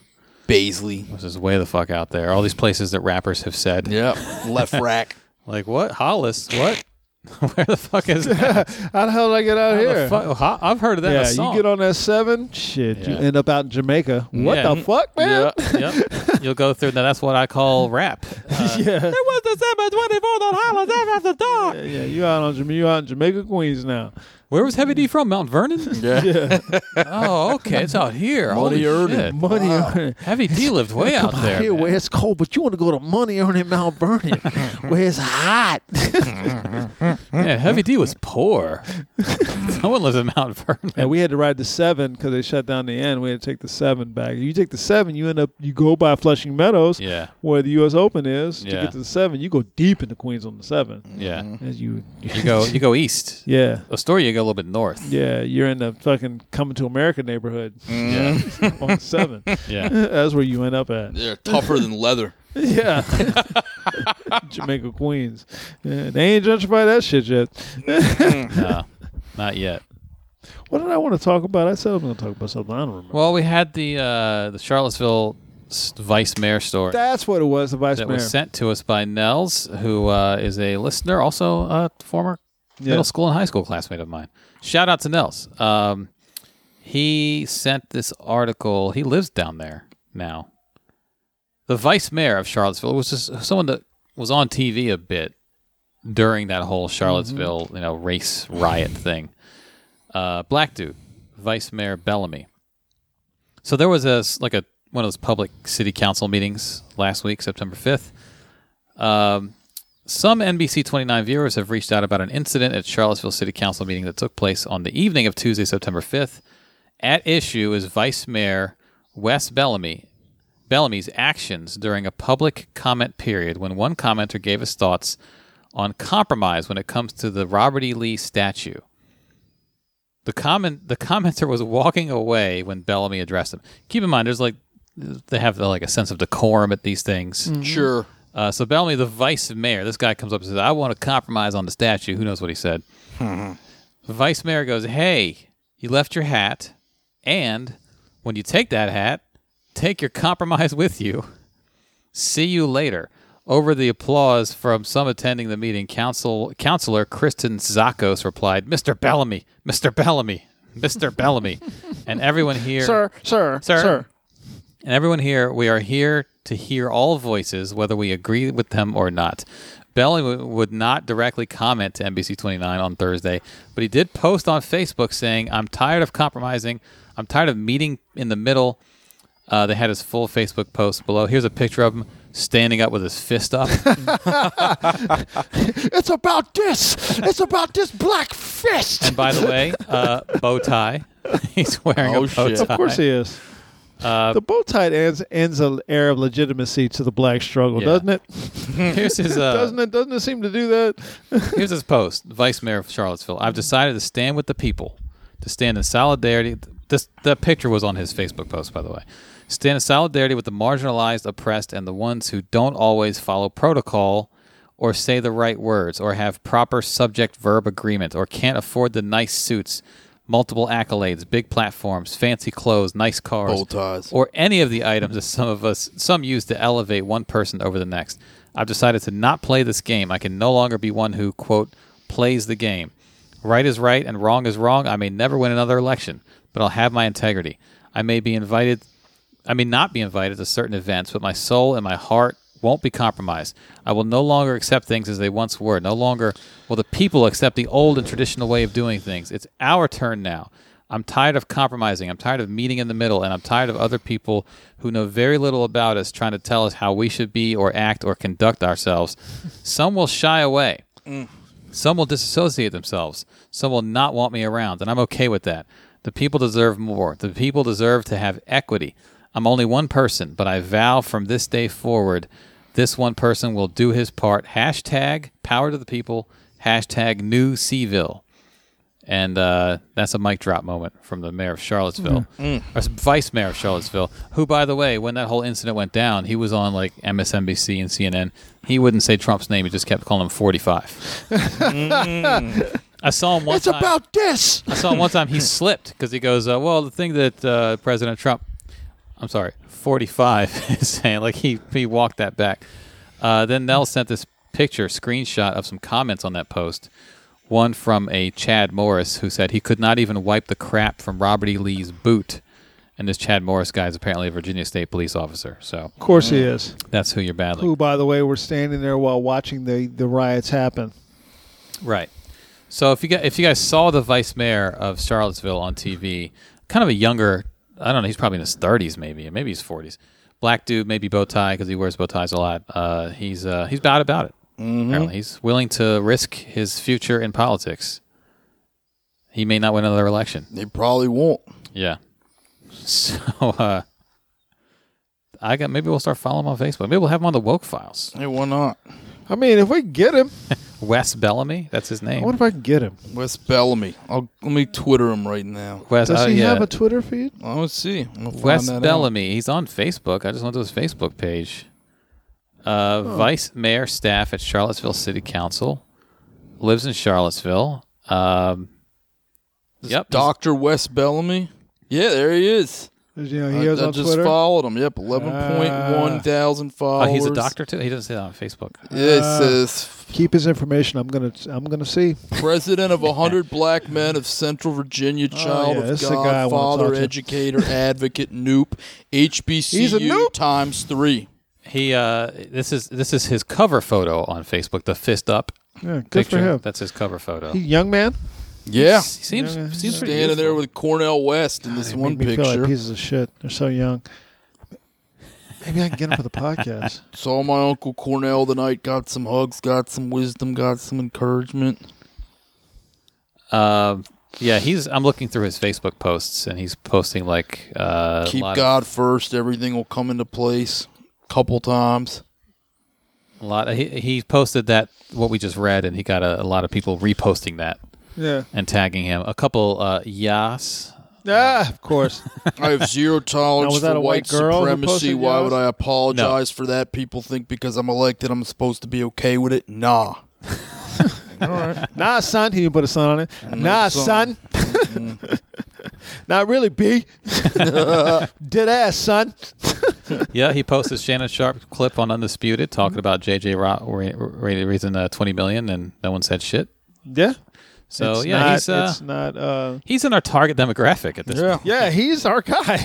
S6: Baisley.
S5: This is way the fuck out there. All these places that rappers have said,
S6: Yeah. Left rack.
S5: like what Hollis, what? Where the fuck is that?
S4: How the hell did I get out
S5: How
S4: of
S5: the
S4: here?
S5: fuck- Ho- I've heard of that. in a
S4: Yeah, you
S5: song.
S4: get on that seven, shit, you
S5: Yeah.
S4: end up out in Jamaica. What
S5: Yeah.
S4: the fuck, man?
S5: yep. You'll go through. Now that's what I call rap. Uh,
S4: Yeah,
S5: was December twenty fourth on Hollis after dark.
S4: yeah, yeah. You out on Jamaica, you out in Jamaica, Queens now.
S5: Where was Heavy D from? Mount Vernon.
S6: Yeah.
S5: oh, okay, it's out here. Money earning.
S4: Money,
S5: Heavy D lived way out there.
S4: here
S5: man.
S4: where it's cold, but you want to go to money earning Mount Vernon, where it's hot.
S5: Yeah, Heavy D was poor. no one lives in Mount Vernon.
S4: and we had to ride the seven because they shut down the end. We had to take the seven back. You take the seven, you end up you go by Flushing Meadows,
S5: Yeah,
S4: where the U.S. Open is. To
S5: Yeah.
S4: get to the seven, you go deep into Queens on the seven.
S5: yeah.
S4: As you,
S5: You go. You go east.
S4: Mm-hmm. yeah.
S5: Astoria, you go a little bit north.
S4: Yeah, you're in the fucking coming to America neighborhood
S5: Yeah.
S4: on seven.
S5: Yeah.
S4: That's where you end up at.
S6: They're tougher than leather.
S4: Yeah. Jamaica Queens. Yeah, they ain't gentrified that shit yet.
S5: No, not yet.
S4: What did I want to talk about? I said I was going to talk about something. I don't remember.
S5: Well, we had the uh, the Charlottesville s- vice mayor story
S4: That's what it was. The vice
S5: that
S4: mayor.
S5: was sent to us by Nels, who uh, is a listener, also a former
S4: Yeah.
S5: middle school and high school classmate of mine. Shout out to Nels. Um, he sent this article. He lives down there now. The vice mayor of Charlottesville was just someone that was on TV a bit during that whole Charlottesville,
S4: Mm-hmm.
S5: you know, race riot thing. Uh, black dude, Vice Mayor Bellamy. So there was a s- like a one of those public city council meetings last week, September fifth. Um, some NBC 29 viewers have reached out about an incident at Charlottesville City Council meeting that took place on the evening of Tuesday, September 5th. At issue is Vice Mayor Wes Bellamy Bellamy's actions during a public comment period when one commenter gave his thoughts on compromise when it comes to the Robert E. Lee statue. The comment the commenter was walking away when Bellamy addressed him. Keep in mind, there's like they have like a sense of decorum at these things.
S6: Sure.
S5: Uh, so Bellamy, the vice mayor, this guy comes up and says, "I want to compromise on the statue." Who knows what he said? the vice mayor goes, "Hey, you left your hat, and when you take that hat, take your compromise with you. See you later." Over the applause from some attending the meeting, council counselor Kristen Zakos replied, "Mr. Bellamy, Mr. Bellamy, Mr. Bellamy," and everyone here,
S4: sir, sir,
S5: Sir.
S4: sir,
S5: and everyone here, we are here to hear all voices, whether we agree with them or not. Belly w- would not directly comment to NBC 29 on Thursday, but he did post on Facebook saying, I'm tired of compromising. I'm tired of meeting in the middle. Uh, they had his full Facebook post below. Here's a picture of him standing up with his fist up.
S4: It's about this. It's about this black fist.
S5: and by the way, uh, bow tie. He's wearing
S6: Oh,
S5: a bow
S6: shit.
S5: tie. Uh,
S6: Of
S4: Of course he is. the bow tie ends ends an air of legitimacy to the black struggle,
S5: Yeah.
S4: doesn't it?
S5: Here's his, uh,
S4: doesn't it? Doesn't it seem to do that?
S5: Here's his post, Vice Mayor of Charlottesville. I've decided to stand with the people, to stand in solidarity. This the picture was on his Facebook post, by the way. Stand in solidarity with the marginalized, oppressed, and the ones who don't always follow protocol, or say the right words, or have proper subject-verb agreement, or can't afford the nice suits, multiple accolades, big platforms, fancy clothes, nice cars,
S6: Bow ties.
S5: or any of the items that some of us some use to elevate one person over the next. I've decided to not play this game. I can no longer be one who quote plays the game. Right is right and wrong is wrong. I may never win another election, but I'll have my integrity. I may be invited I may not be invited to certain events, but my soul and my heart won't be compromised. I will no longer accept things as they once were. No longer will the people accept the old and traditional way of doing things. It's our turn now. I'm tired of compromising. I'm tired of meeting in the middle, and I'm tired of other people who know very little about us trying to tell us how we should be or act or conduct ourselves. Some will shy away. Some will disassociate themselves. Some will not want me around, and I'm okay with that. The people deserve more. The people deserve to have equity. I'm only one person, but I vow from this day forward, this one person will do his part. Hashtag power to the people. Hashtag new Seaville. And uh, that's a mic drop moment from the mayor of Charlottesville,
S4: Mm.
S5: or s- vice mayor of Charlottesville, who, by the way, when that whole incident went down, he was on like MSNBC and CNN. He wouldn't say Trump's name; he just kept calling him 45. I saw him one
S4: It's
S5: time.
S4: about this.
S5: I saw him one time. He slipped because he goes, uh, "Well, the thing that uh, President Trump, I'm sorry, 45 is saying, like he he walked that back." Uh, then Nell sent this picture screenshot of some comments on that post. One from a Chad Morris who said he could not even wipe the crap from Robert E. Lee's boot. And this Chad Morris guy is apparently a Virginia State police officer. So
S4: Of course he is.
S5: that's who you're battling.
S4: Who, by the way, were standing there while watching the the riots happen.
S5: Right. So if you gu if you guys saw the vice mayor of Charlottesville on TV, kind of a younger, I don't know, he's probably in his thirties, maybe, maybe his forties. Black dude, maybe bow tie because he wears bow ties a lot. Uh, he's uh, he's bad about it.
S4: Mm-hmm.
S5: Apparently, he's willing to risk his future in politics. He may not win another election.
S6: They probably won't.
S5: Yeah. So uh, I got maybe we'll start following him on Facebook. Maybe we'll have him on the woke files.
S6: Hey, why not?
S4: I mean, if we can get him,
S5: Wes Bellamy, that's his
S4: I wonder
S5: name.
S4: if I can get him.
S6: Wes Bellamy. I'll let me Twitter him right now.
S5: Wes,
S4: Does
S5: oh,
S4: he
S5: yeah.
S4: have a Twitter feed?
S6: I don't see. I'm gonna find
S5: Wes
S6: that out.
S5: Bellamy. He's on Facebook. I just went to his Facebook page. Uh, Vice Mayor staff at Charlottesville City Council. Lives in Charlottesville. Um, Yep.
S6: Doctor Wes Bellamy. Yeah, there he is.
S4: You know,
S6: I,
S4: he goes
S6: I
S4: on
S6: just
S4: Twitter.
S6: followed him. Yep, eleven point one
S4: Ah.
S6: thousand
S5: Oh,
S6: followers.
S5: he's a doctor too. He doesn't say that on Facebook.
S6: Yeah, it
S4: Ah.
S6: says
S4: Keep his information. I'm gonna. I'm gonna see.
S6: president of 100 black men of Central Virginia, child
S4: Oh, yeah,
S6: of
S4: this is the
S6: God,
S4: guy I wanna
S6: father,
S4: talk to.
S6: educator, advocate, noop, HBCU
S4: noop.
S6: times three.
S5: He uh, this is this is his cover photo on Facebook. The fist up
S4: Yeah, good
S5: picture.
S4: for him.
S5: That's his cover photo.
S4: He- young man.
S6: Yeah.
S5: S- seems
S4: Yeah, yeah,
S5: seems pretty
S6: Standing there
S5: youthful.
S6: with Cornell West in this
S4: They
S6: one
S4: make me feel
S6: picture.
S4: like pieces of shit. They're so young. Maybe I can get him for the podcast.
S6: Saw my uncle Cornell tonight. Got some hugs. Got some wisdom. Got some encouragement.
S5: Um, yeah, he's. I'm looking through his Facebook posts, and he's posting like uh, a
S6: Keep
S5: lot of-
S6: God first. Everything will come into place. Couple times.
S5: a lot. He, he posted that what we just read, and he got a, a lot of people reposting that
S4: Yeah.
S5: and tagging him. A couple uh, yas.
S4: Ah, of course.
S6: I have zero
S4: Now,
S6: tolerance
S4: was that
S6: for
S4: a
S6: white
S4: white girl who
S6: supremacy.
S4: posted
S6: Why
S4: yours?
S6: would I apologize for that? People think because I'm elected, I'm supposed to be okay with it. Nah.
S4: nah, son. He didn't put a son on it. Nah,
S6: son.
S4: son. Not really, B. Dead ass, son.
S5: Yeah, he posted Shannon Sharp clip on Undisputed talking about JJ Rock re- re- raising uh, 20 million, and no one said shit.
S4: Yeah.
S5: So
S4: It's
S5: yeah,
S4: not-
S5: he's uh,
S4: it's not. Uh,
S5: he's in our target demographic at this. point.
S4: yeah, he's our guy.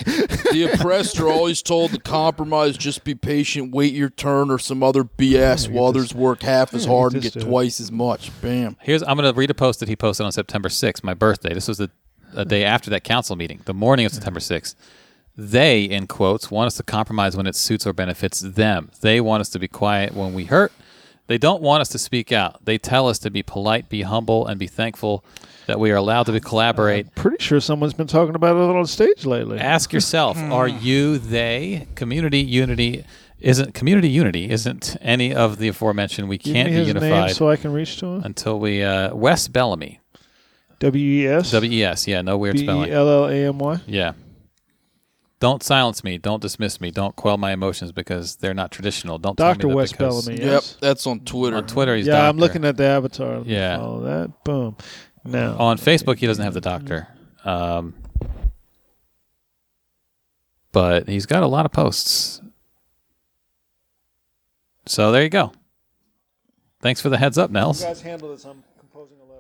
S6: the oppressed are always told to compromise, just be patient, wait your turn, or some other BS while others work half
S4: Yeah,
S6: as
S4: get
S6: hard and
S4: this
S6: get
S4: dude.
S6: twice as much. Bam.
S5: Here's I'm gonna read a post that he posted on September 6th, my birthday. This was the a day
S4: Mm-hmm.
S5: after that council meeting, the morning of September 6th. They, in quotes, want us to compromise when it suits or benefits them. They want us to be quiet when we hurt. They don't want us to speak out. They tell us to be polite, be humble, and be thankful that we are allowed to be- collaborate.
S4: Pretty sure someone's been talking about it on stage lately.
S5: Ask yourself:
S4: Hmm.
S5: Are you they? Community unity isn't community unity isn't any of the aforementioned. We
S4: Give
S5: can't
S4: me
S5: be
S4: his name
S5: unified
S4: so I can reach to him.
S5: until we. Uh, Wes Bellamy,
S4: W E S
S5: W E S. Yeah, no weird
S4: B
S5: spelling.
S4: E L L A M Y.
S5: Yeah. Don't silence me. Don't dismiss me. Don't quell my emotions because they're not traditional. Don't
S4: Doctor
S5: tell me that
S4: Wes
S5: because-
S4: Bellamy.
S6: Yep,
S4: Yes.
S6: that's on Twitter.
S5: On Twitter, he's
S4: yeah, I'm
S5: doctor.
S4: looking at the avatar. Let me
S5: Yeah. Oh.
S4: Follow that. Boom. Now.
S5: on Facebook. He doesn't have the doctor, um, but he's got a lot of posts. So there you go. Thanks for the heads up, Nels.
S4: guys handle this. I'm composing a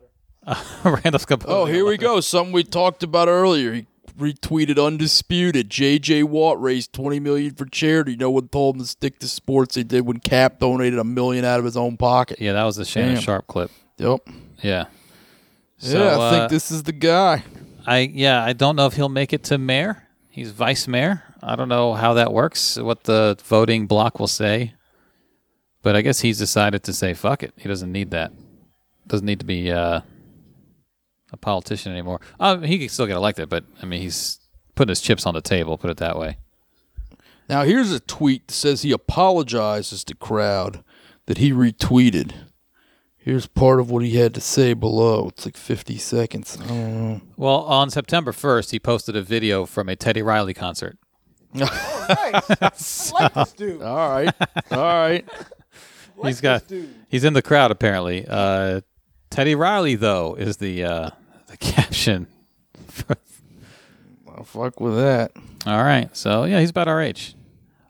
S4: letter.
S5: Randolph's composing.
S6: Oh, here we go. Something we talked about earlier. He retweeted undisputed. JJ Watt raised twenty million for charity. No one told him to stick to sports. They did when Cap donated a million out of his own pocket.
S5: Yeah, that was the Shannon
S6: Damn.
S5: Sharp clip.
S6: Yep.
S5: Yeah. So,
S6: yeah, I
S5: uh,
S6: think this is the guy.
S5: I yeah, I don't know if he'll make it to mayor. He's vice mayor. I don't know how that works, what the voting block will say. But I guess he's decided to say fuck it. He doesn't need that. Doesn't need to be uh, a politician anymore. Um, he could still get elected, but I mean, he's putting his chips on the table. Put it that way.
S6: Now here's a tweet that says he apologizes to crowd that he retweeted. Here's part of what he had to say below. It's like 50 seconds. I don't know.
S5: Well, on September first, he posted a video from a Teddy Riley concert.
S6: All right. All right.
S5: he's got he's in the crowd apparently. Uh, Teddy Riley though is the uh, the caption
S6: I'll fuck with that.
S5: All right. So yeah, he's about our age.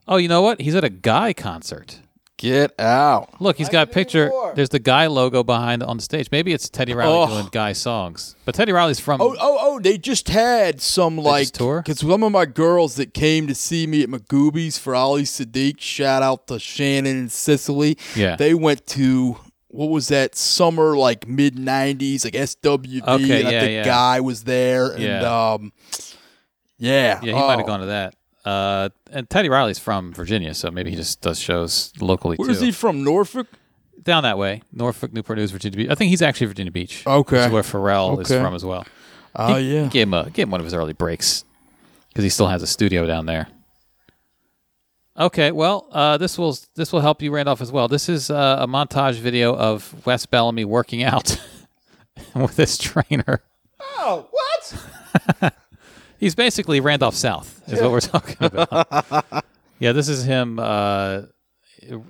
S5: Oh, you know what? He's at a guy concert.
S6: Get out.
S5: Look, he's got a picture. There's the guy logo behind on the stage. Maybe it's Teddy Riley
S6: Oh.
S5: doing guy songs. But Teddy Riley's from.
S6: Oh, oh, oh! They just had some like
S5: just tour?
S6: because some of my girls that came to see me at Magoobies for Ali Sadiq. Shout out to Shannon and Cicely.
S5: Yeah.
S6: they went to what was that summer like mid '90s, like SWD.
S5: Okay,
S6: and I
S5: yeah,
S6: think
S5: yeah.
S6: Guy was there, and
S5: Yeah.
S6: um, yeah,
S5: yeah, he might
S6: oh.
S5: have gone to that. Uh, and Teddy Riley's from Virginia, so maybe he just does shows locally
S6: Where's
S5: too.
S6: he from? Norfolk.
S5: Down that way, Norfolk, Newport News, Virginia Beach. I think he's actually Virginia Beach.
S6: Okay.
S5: which is where Pharrell is
S6: Okay.
S5: from as well. Uh,
S6: Oh yeah.
S5: Give him a give him one of his early breaks because he still has a studio down there. Okay, well, uh, this will this will help you, Randolph, as well. This is uh, a montage video of Wes Bellamy working out with his trainer.
S1: Oh, what?
S5: He's basically Randolph South, is what we're talking about. yeah, this is him. Uh,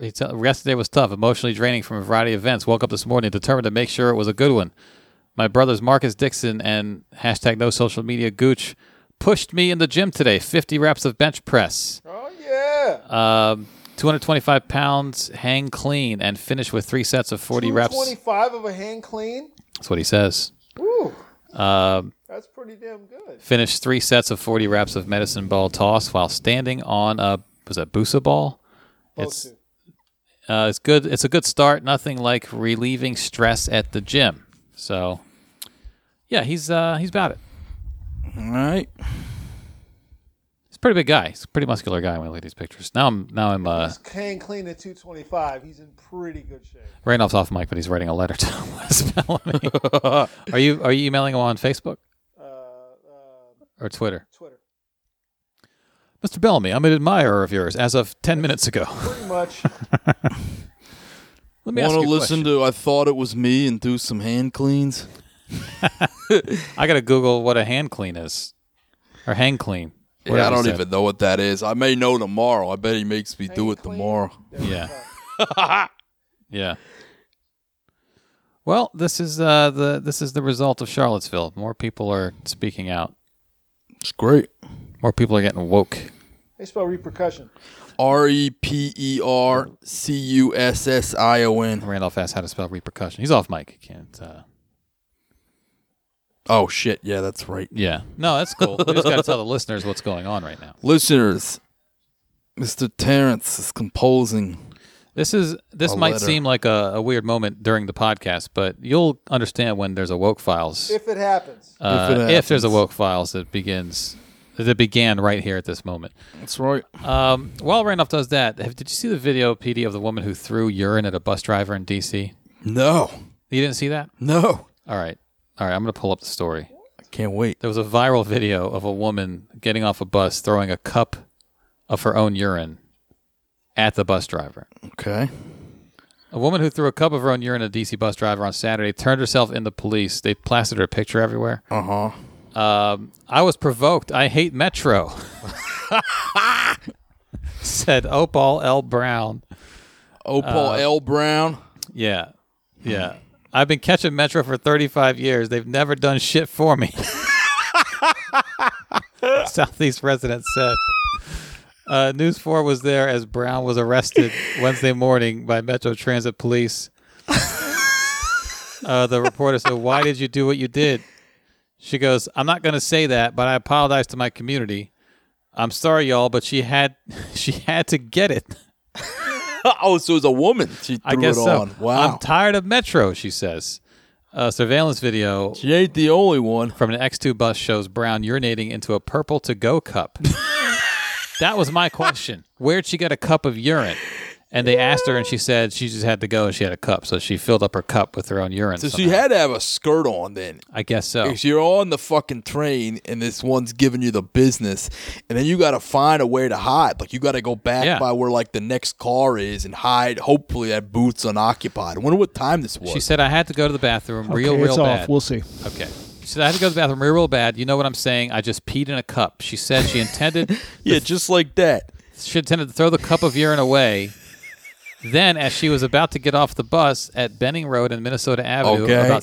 S5: he t- yesterday was tough, emotionally draining from a variety of events. Woke up this morning determined to make sure it was a good one. My brothers Marcus Dixon and hashtag no social media gooch pushed me in the gym today. 50 reps of bench press. Oh, yeah. Um, 225 pounds hang clean and finish with three sets of 40 reps.
S4: Twenty-five of a hand clean.
S5: That's what he says.
S4: Ooh,
S5: Um,
S4: that's pretty damn good.
S5: finish three sets of 40 reps of medicine ball toss while standing on a, was that Busa ball? It's,
S4: Bosu.
S5: uh, it's good. It's a good start. Nothing like relieving stress at the gym. So, yeah, he's uh, he's about it.
S6: All right.
S5: He's a pretty big guy. He's a pretty muscular guy when I look at these pictures. Now I'm now I'm uh,
S4: Hand clean at two twenty-five. He's in pretty good shape.
S5: ran off off mic, but he's writing a letter to Wes Bellamy. are you are you emailing him on Facebook
S4: Uh, uh,
S5: or Twitter?
S4: Twitter,
S5: Mr. Bellamy, I'm an admirer of yours as of ten minutes ago.
S4: pretty much.
S5: Let me
S6: Want to
S5: ask you a
S6: listen to I Thought It Was Me and do some hand cleans?
S5: question. I gotta Google what a hand clean is or hang clean.
S6: yeah, I
S5: Whatever
S6: don't
S5: he said.
S6: even know what that is. I may know tomorrow. I bet he makes me do
S4: Hand
S6: it
S4: clean.
S6: tomorrow.
S5: Yeah. yeah. Well, this is uh, the this is the result of Charlottesville. More people are speaking out.
S6: It's great.
S5: More people are getting woke.
S4: They spell repercussion.
S6: R E P E R C U S S I O N.
S5: Randolph asked how to spell repercussion. He's off mic. He Can't. Uh,
S6: Oh shit! Yeah, that's right.
S5: yeah. No, that's cool. we just got to tell the listeners what's going on right now.
S6: Listeners, Mr. Terrence is composing.
S5: This is this
S6: A
S5: might
S6: letter.
S5: seem like a, a weird moment during the podcast, but you'll understand when there's a woke files.
S4: If it happens,
S5: uh,
S6: if it
S5: if there's a
S6: happens.
S5: woke files that begins that began right here at this moment.
S6: That's right.
S5: Um, while Randolph does that, have, did you see the video, PD, of the woman who threw urine at a bus driver in D.C.?
S6: No,
S5: You didn't see that?
S6: no,
S5: All right. All right. I'm going to pull up the story.
S6: I can't wait.
S5: There was a viral video of a woman getting off a bus throwing a cup of her own urine at the bus driver.
S6: Okay.
S5: A woman who threw a cup of her own urine at a D.C. bus driver on Saturday turned herself in the police. They plastered her picture everywhere.
S6: Uh huh.
S5: Um, I was provoked. I hate Metro. Said Opal L. Brown.
S6: Oh,
S5: Uh,
S6: Paul L. Brown.
S5: Yeah. Yeah. I've been catching Metro for 35 years. They've never done shit for me. Southeast resident said. Uh, News 4 was there as Brown was arrested Wednesday morning by Metro Transit police. Uh, the reporter said, Why did you do what you did? She goes, I'm not going to say that, but I apologize to my community. I'm sorry, y'all, but she had she had to get it.
S6: Oh, so it's a woman. She threw
S5: I guess
S6: it
S5: so.
S6: on. Wow.
S5: I'm tired of Metro, she says. A surveillance video
S6: she ain't the only one.
S5: from an X2 bus shows Brown urinating into a purple to go cup. that was my question. Where'd she get a cup of urine? And they asked her, and she said she just had to go and she had a cup. So she filled up her cup with her own urine.
S6: So she
S5: somehow.
S6: had to have a skirt on then.
S5: I guess so.
S6: Because you're on the fucking train and this one's giving you the business, and then you got to find a way to hide. Like you got to go back
S5: Yeah.
S6: by where like the next car is and hide. Hopefully that booth's unoccupied. I wonder what time this was.
S5: She said, I had to go to the bathroom real,
S4: Okay,
S5: real
S4: it's
S5: bad.
S4: off. We'll see.
S5: Okay. She said, I had to go to the bathroom real, real bad. You know what I'm saying? I just peed in a cup. She said she intended
S6: yeah, just like that.
S5: she intended to throw the cup of urine away. Then, as she was about to get off the bus at Benning Road and Minnesota Avenue,
S6: Okay.
S5: about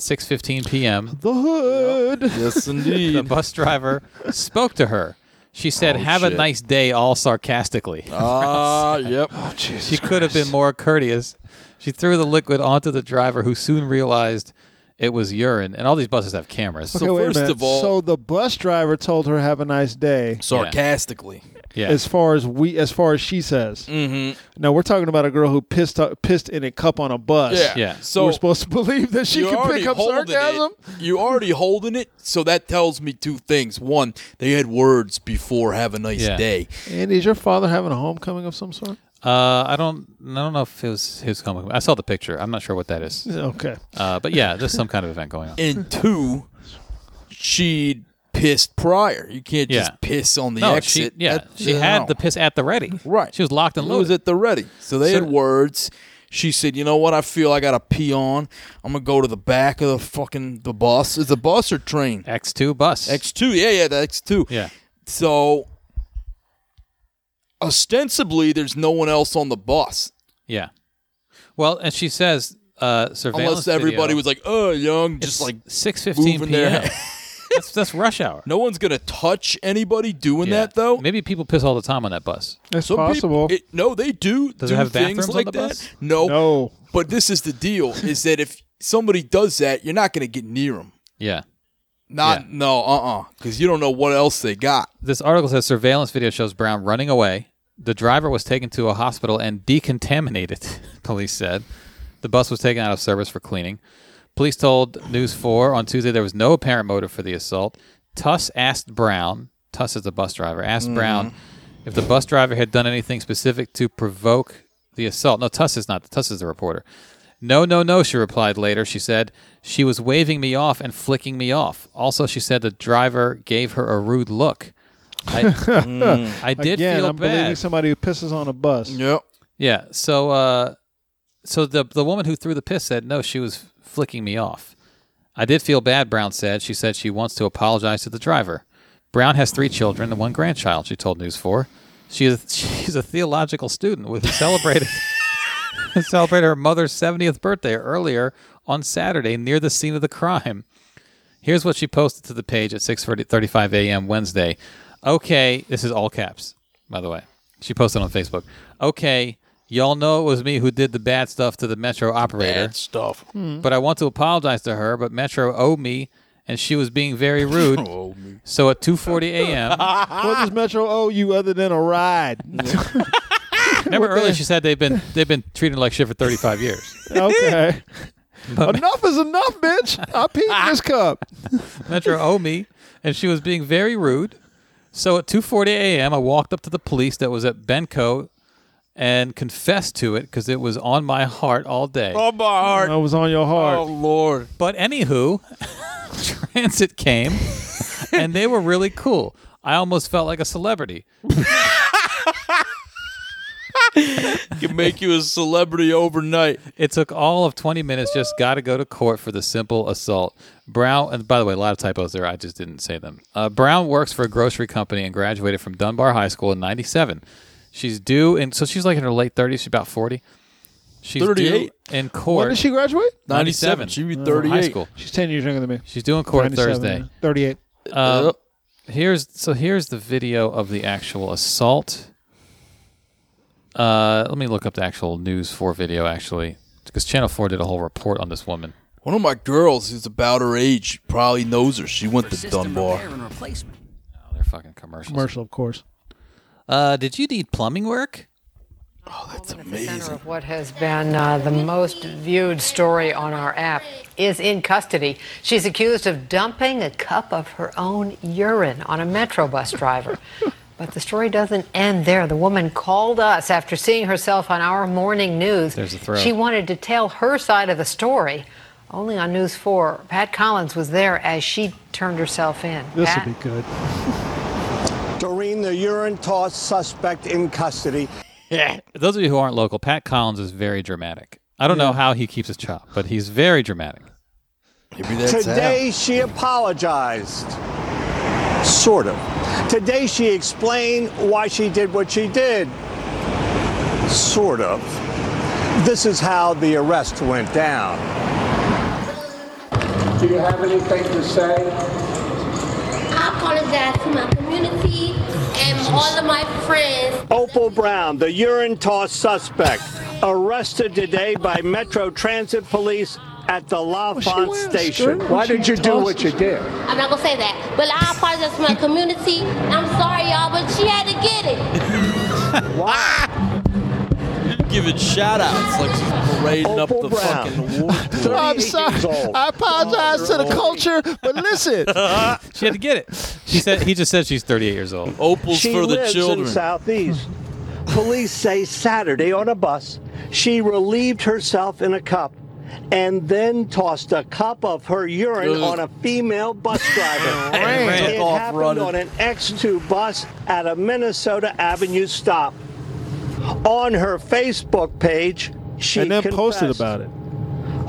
S5: 6:15 p.m.,
S4: The hood.
S6: Yes,
S5: the
S6: indeed.
S5: bus driver spoke to her. She said, "Have a
S6: Oh, shit.
S5: nice day," all sarcastically.
S6: Ah, yep.
S5: she could have been more courteous. She threw the liquid onto the driver, who soon realized it was urine. And all these buses have cameras.
S4: Okay, wait a
S6: first
S4: minute.
S6: of all-
S4: so the bus driver told her have a nice day.
S6: Sarcastically.
S5: yeah,
S4: As far as we, as far as she says. Mm-hmm. Now we're talking about a girl who pissed uh, pissed in a cup on a bus.
S5: Yeah.
S6: So
S4: we're supposed to believe that she
S6: you're
S4: can
S6: already
S4: pick up
S6: holding
S4: sarcasm.
S6: It. You're already holding it. So that tells me two things. One, they had words before have a nice
S5: Yeah.
S6: day.
S4: And is your father having a homecoming of some sort?
S5: Uh, I don't, I don't know if it was his coming. I saw the picture. I'm not sure what that is.
S4: Okay.
S5: Uh, but yeah, there's some kind of event going on.
S6: And two, she'd pissed prior. You can't
S5: Yeah.
S6: just piss on the
S5: no,
S6: exit.
S5: She, yeah,
S6: That-
S5: she
S6: no.
S5: had the piss at the ready.
S6: Right.
S5: She was locked and
S6: It was
S5: loaded.
S6: at the ready. So they
S5: So-
S6: had words. She said, "You know what? I feel I got to pee on. I'm gonna go to the back of the fucking the bus. Is a bus or train?
S5: X2 bus.
S6: X two. Yeah, yeah, the X two.
S5: yeah.
S6: So ostensibly, there's no one else on the bus.
S5: Yeah. Well, and she says uh, surveillance
S6: Unless everybody
S5: video,
S6: was like, "Oh, young,"
S5: it's
S6: just like
S5: six fifteen
S6: moving their
S5: p.m. that's that's rush hour.
S6: no one's gonna touch anybody doing
S5: Yeah.
S6: that though.
S5: Maybe people piss all the time on that bus.
S4: That's
S6: Some
S4: possible.
S6: People, it, no, they do.
S5: Does it
S6: do
S5: have
S6: things
S5: bathrooms on
S6: like
S5: the
S6: that.
S5: bus?
S6: No,
S4: no.
S6: But this is the deal: is that if somebody does that, you're not gonna get near them.
S5: Yeah.
S6: Not
S5: Yeah.
S6: no, uh, uh because you don't know what else they got.
S5: This article says surveillance video shows Brown running away. The driver was taken to a hospital and decontaminated, police said. The bus was taken out of service for cleaning. Police told News 4 on Tuesday there was no apparent motive for the assault. Tuss asked Brown, Tuss is the bus driver, asked Brown if the bus driver had done anything specific to provoke the assault. No, Tuss is not. Tuss is the reporter. No, no, no, she replied later. She said, She was waving me off and flicking me off. Also, she said the driver gave her a rude look. I, I did
S4: Again,
S5: feel
S4: I'm believing
S5: bad.
S4: somebody who pisses on a bus.
S6: Yep.
S5: Yeah. So, uh, so the the woman who threw the piss said no, she was flicking me off. I did feel bad. Brown said she said she wants to apologize to the driver. Brown has three children and one grandchild. She told News Four. She is she's a theological student with who celebrated who celebrated her mother's seventieth birthday earlier on Saturday near the scene of the crime. Here's what she posted to the page at 6:35 a.m. Wednesday. Okay, this is all caps, by the way. She posted on Facebook. Okay, y'all know it was me who did the bad stuff to the Metro operator,
S6: Bad stuff.
S5: Mm-hmm. but I want to apologize to her. But Metro owed me, and she was being very rude. So at 2:40 a.m.
S4: What does Metro owe you other than a ride?
S5: Remember earlier she said they've been they've been treating her like shit for 35 years.
S4: okay. enough is enough, bitch. I peed in this cup.
S5: Metro owed me, and she was being very rude. So at 2:40 a.m., I walked up to the police that was at Benco and confessed to it because it was on my heart all day.
S6: Oh my heart.
S4: I was on your
S6: Oh
S4: heart.
S6: Lord.
S5: But anywho, transit came, and they were really cool. I almost felt like a celebrity.
S6: Can make you a celebrity overnight.
S5: It took all of 20 minutes. Just got to go to court for the simple assault. Brown, and by the way, a lot of typos there. I just didn't say them. Uh, Brown works for a grocery company and graduated from Dunbar High School in '97. She's due, and so she's like in her late 30s. She's about 40. She's
S6: 38.
S5: due in court.
S4: When did she graduate?
S5: 97.
S6: She'd be
S5: From
S6: 38.
S5: High school.
S4: She's 10 years younger than me.
S5: She's doing court
S4: 97,
S5: Thursday.
S4: 38.
S5: Uh, here's so here's the video of the actual assault. Uh, let me look up the actual News Four video actually, because Channel Four did a whole report on this woman.
S6: One of my girls is about her age. Probably knows her. She went to Dunbar.
S5: Oh, they're fucking commercials.
S4: Commercial, of course.
S5: Uh, did you need plumbing work?
S6: That's amazing.
S9: of what has been uh, the most viewed story on our app is in custody. She's accused of dumping a cup of her own urine on a Metro bus driver. But the story doesn't end there. The woman called us after seeing herself on our morning news.
S5: There's the throw.
S9: She wanted to tell her side of the story. Only on News 4, Pat Collins was there as she turned herself in.
S4: This
S9: Pat?
S4: will be good.
S10: Doreen, the urine toss suspect in custody.
S5: Those of you who aren't local, Pat Collins is very dramatic. I don't know how he keeps his job, but he's very dramatic.
S6: Maybe that's
S10: Today she apologized. Sort of. Today she explained why she did what she did. Sort of. This is how the arrest went down.
S7: Do you have anything to say?
S8: I apologize to my community and all of my friends.
S10: Opal Brown, the urine toss suspect, arrested today by Metro Transit Police at the Lafont station.
S7: Why did you do what you did?
S8: I'm not gonna say that, but I apologize to my community. I'm sorry, y'all, but she had to get it.
S6: it. Giving shout outs like she's parading up
S10: Opal
S6: the
S10: Brown.
S6: fucking war.
S4: Oh,
S10: 38
S4: I'm
S10: years
S4: sorry.
S10: old. Oh,
S4: I apologize to the culture, but listen.
S5: She had to get it. She said he just said she's 38 years old.
S6: Opals
S10: She
S6: for the
S10: lives
S6: children.
S10: in Southeast. Police say Saturday on a bus, she relieved herself in a cup and then tossed a cup of her urine
S6: Ugh.
S10: on a female bus driver.
S6: And ran.
S10: It
S6: Took off
S10: happened
S6: running.
S10: on an X2 bus at a Minnesota Avenue stop. On her Facebook page, she
S4: and then posted
S10: confessed.
S4: about it.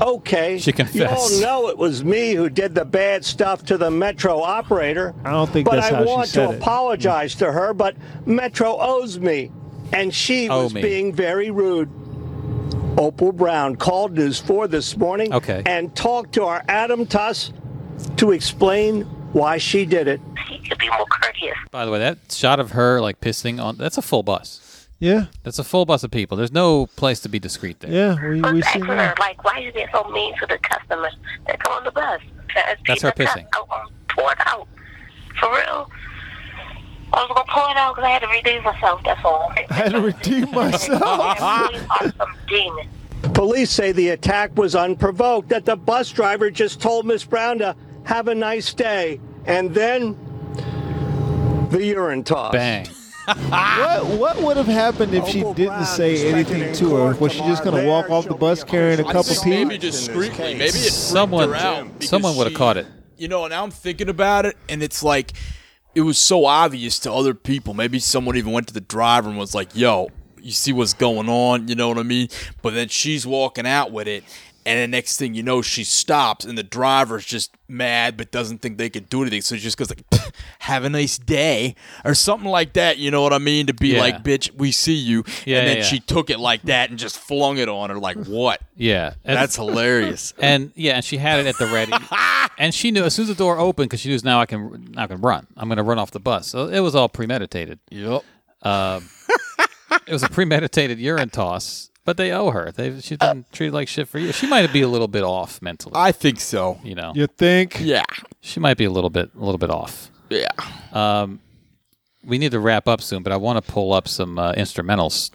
S10: Okay,
S5: She confessed.
S10: You all know it was me who did the bad stuff to the Metro operator.
S4: I don't think
S10: but
S4: that's
S10: I
S4: how she
S10: want
S4: said
S10: to
S4: it.
S10: apologize to her, but Metro owes me, and she
S5: Owe
S10: was
S5: Oh, me.
S10: being very rude. Opal Brown called News 4 this morning
S5: Okay.
S10: and talked to our Adam Tuss to explain why she did it.
S5: By the way, that shot of her like pissing on that's a full bus.
S4: Yeah,
S5: That's a full bus of people. There's no place to be discreet there.
S4: yeah, we we see that.
S11: Like, why you being so mean to the customers that come on the bus? That's,
S5: That's her pissing.
S11: I was poured out. For real. I was going to pour it out because I had to redeem myself. That's all.
S4: I had to redeem myself.
S11: You are some demon.
S10: Police say the attack was unprovoked, that the bus driver just told Miss Brown to have a nice day, and then the urine toss.
S5: Bang.
S4: what what would have happened if she
S10: Opal
S4: didn't
S10: Brown
S4: say
S10: suspected
S4: anything
S10: in
S4: to her?
S10: court
S4: Was she just going to
S10: tomorrow.
S4: walk off the
S10: There
S4: bus
S10: shall be a
S4: carrying a
S10: I
S6: I
S4: cup
S10: think
S4: of
S6: think
S4: pee?
S6: maybe discreetly.
S10: case.
S6: Maybe it
S5: Someone-
S6: someone her out because
S5: someone would've
S6: she-
S5: caught it.
S6: You know, and now I'm thinking about it, and it's like it was so obvious to other people. Maybe someone even went to the driver and was like, "Yo, you see what's going on?" You know what I mean? But then she's walking out with it. And the next thing you know, she stops, and the driver's just mad, but doesn't think they can do anything. So she just goes like, "Pff, "Have a nice day," or something like that. You know what I mean? To be
S5: Yeah.
S6: like, "Bitch, we see you,"
S5: Yeah,
S6: and then
S5: yeah, yeah.
S6: she took it like that and just flung it on her. Like, what?
S5: Yeah. And-
S6: That's hilarious.
S5: and yeah, and she had it at the ready, and she knew as soon as the door opened because she knows now I can now I can run. I'm going to run off the bus. So it was all premeditated.
S6: Yep.
S5: It was a premeditated urine toss, but they owe her. They she's been treated like shit for years. She might be a little bit off mentally.
S6: I think so.
S5: you know,
S4: You think?
S6: Yeah.
S5: she might be a little bit a little bit off.
S6: Yeah.
S5: We need to wrap up soon, but I want to pull up some uh, instrumentals.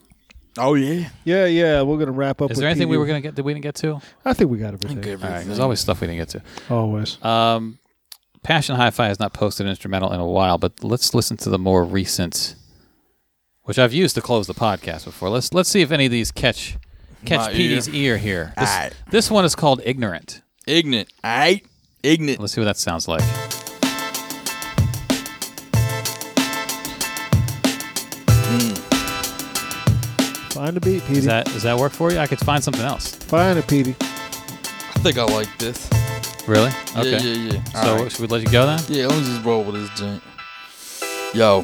S6: Oh yeah.
S4: Yeah, yeah. We're going to wrap up.
S5: Is
S4: with
S5: there anything
S4: PD.
S5: we were going to get that we didn't get to?
S4: I think we got everything.
S5: All right, there's always stuff we didn't get to.
S4: Always.
S5: Uh, Passion Hi-Fi has not posted an instrumental in a while, but let's listen to the more recent, which I've used to close the podcast before. Let's let's see if any of these catch catch
S6: My
S5: Petey's ear. here. This,
S6: Alright.
S5: this one is called "Ignorant."
S6: Ignorant. All right. Ignorant.
S5: Let's see what that sounds like.
S4: Find a beat,
S5: Does
S4: Petey.
S5: that does that work for you? I could find something else.
S4: Find a Petey.
S6: I think I like this.
S5: Really? Okay.
S6: Yeah, yeah, yeah.
S5: So
S6: All right.
S5: should we let you go then?
S6: yeah, let me just roll with this joint. Yo.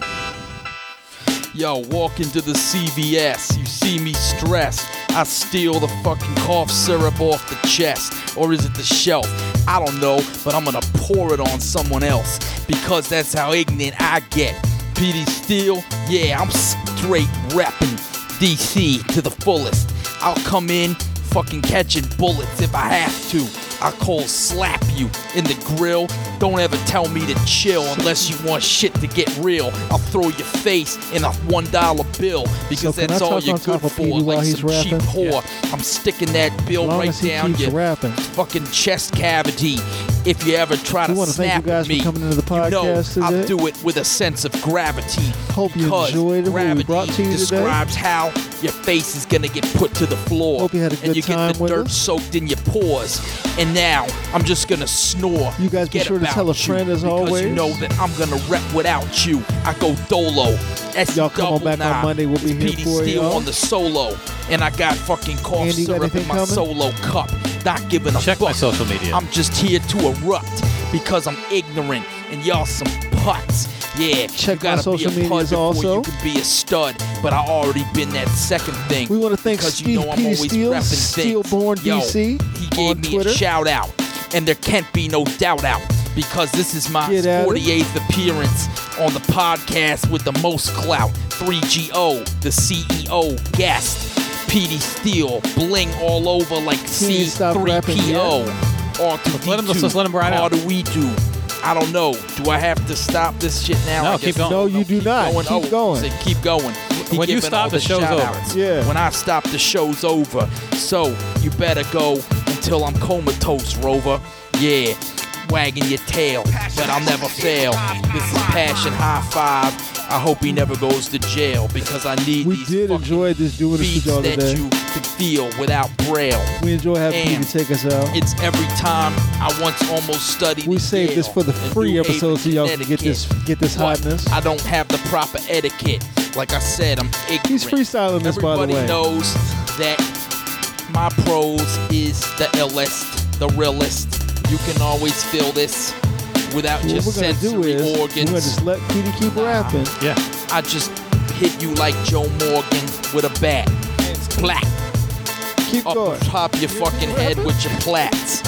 S6: Yo, walk into the CVS, you see me stressed. I steal the fucking cough syrup off the chest. Or is it the shelf? I don't know, but I'm gonna pour it on someone else. Because that's how ignorant I get. PD Steel, yeah, I'm straight reppin' DC to the fullest. I'll come in fucking catching bullets if I have to. I cold slap you in the grill. Don't ever tell me to chill unless you want shit to get real. I'll throw your face in a one dollar bill
S4: So
S6: because
S4: can
S6: that's
S4: I
S6: all
S4: talk
S6: you're
S4: on top
S6: good
S4: of
S6: for,
S4: Petey while
S6: like
S4: he's
S6: some cheap
S4: rapping?
S6: whore. I'm sticking that bill
S4: As long
S6: right
S4: as he
S6: down
S4: keeps
S6: your
S4: rapping.
S6: fucking chest cavity. If you ever try
S4: We
S6: to
S4: wanna thank
S6: snap
S4: you guys
S6: at
S4: for
S6: me,
S4: coming into the
S6: you know
S4: podcast
S6: I'll
S4: today.
S6: do it with a sense of gravity.
S4: Hope you
S6: because
S4: enjoyed what we
S6: gravity
S4: brought to you today.
S6: describes how your face is gonna get put to the floor.
S4: Hope you had a
S6: and
S4: good
S6: you get
S4: time
S6: the
S4: with
S6: dirt
S4: us.
S6: soaked in your pores. And now I'm just gonna snore.
S4: You guys be
S6: Forget
S4: sure to
S6: about
S4: tell a
S6: you,
S4: friend as
S6: because
S4: always.
S6: You know that I'm gonna rep without you. I go dolo. That's
S4: Y'all come on
S6: double
S4: back on
S6: nine.
S4: Monday. We'll
S6: It's
S4: be here
S6: PD
S4: for
S6: Steel
S4: y'all.
S6: on the solo, and I got fucking cough
S4: Andy, you got
S6: syrup in
S4: anything
S6: my
S4: coming?
S6: solo cup. Not giving a
S5: Check
S6: fuck.
S5: my social media.
S6: I'm just here to erupt because I'm ignorant and y'all some putts. Yeah,
S4: Check
S6: you gotta
S4: my social
S6: be a pud
S4: medias
S6: before
S4: also.
S6: you can be a stud. But I already been that second thing.
S4: We wanna thank
S6: because
S4: Steve
S6: you know I'm
S4: Petey
S6: always
S4: Steele,
S6: repping things.
S4: Steelborn
S6: Yo,
S4: DC
S6: He
S4: on
S6: gave me
S4: Twitter.
S6: a shout out, and there can't be no doubt out because this is my
S4: Get at it.
S6: 48th appearance on the podcast with the most clout. 3GO, the CEO guest. PD Steele, bling all over like
S4: Can you stop rapping yet?
S6: C3PO. R2D2.
S5: Let him- let's just let him ride
S6: How
S5: out.
S6: do we do? I don't know. Do I have to stop this shit now?
S5: No,
S6: I
S5: keep
S6: guess-
S5: going.
S4: No, you do
S6: keep
S4: not.
S6: Going.
S4: Keep
S6: oh,
S4: going.
S6: say keep going. He
S5: When you
S6: giving
S5: stop,
S6: all
S5: the show's over.
S6: shout-outs.
S4: Yeah.
S6: When I stop, the show's over. So you better go until I'm comatose, Rover. Yeah. Wagging your tail, but I'll never fail. This is passion high five. I hope he never goes to jail because I need
S4: We
S6: these
S4: did
S6: fucking
S4: enjoy this doing this
S6: beats
S4: with y'all
S6: that
S4: today.
S6: you can feel without braille.
S4: We enjoy having
S6: And
S4: Petey take us out.
S6: It's every time I once almost studied.
S4: We
S6: at
S4: saved this
S6: Yale
S4: for the
S6: in
S4: free
S6: New
S4: episode so
S6: Haven,
S4: y'all can get this
S6: Connecticut.
S4: get this
S6: But
S4: hotness.
S6: I don't have the proper etiquette. Like I said, I'm ignorant.
S4: He's freestyling this, by the
S6: Everybody
S4: way.
S6: knows that my pros is the illest, the realest. You can always feel this without
S4: What
S6: your
S4: we're gonna do
S6: sensory
S4: is we're
S6: organs.
S4: gonna just let Petey keep rapping.
S5: Yeah.
S6: I just hit you like Joe Morgan with a bat. Black.
S4: Keep
S6: up
S4: going.
S6: the top of your fucking head with your plaits.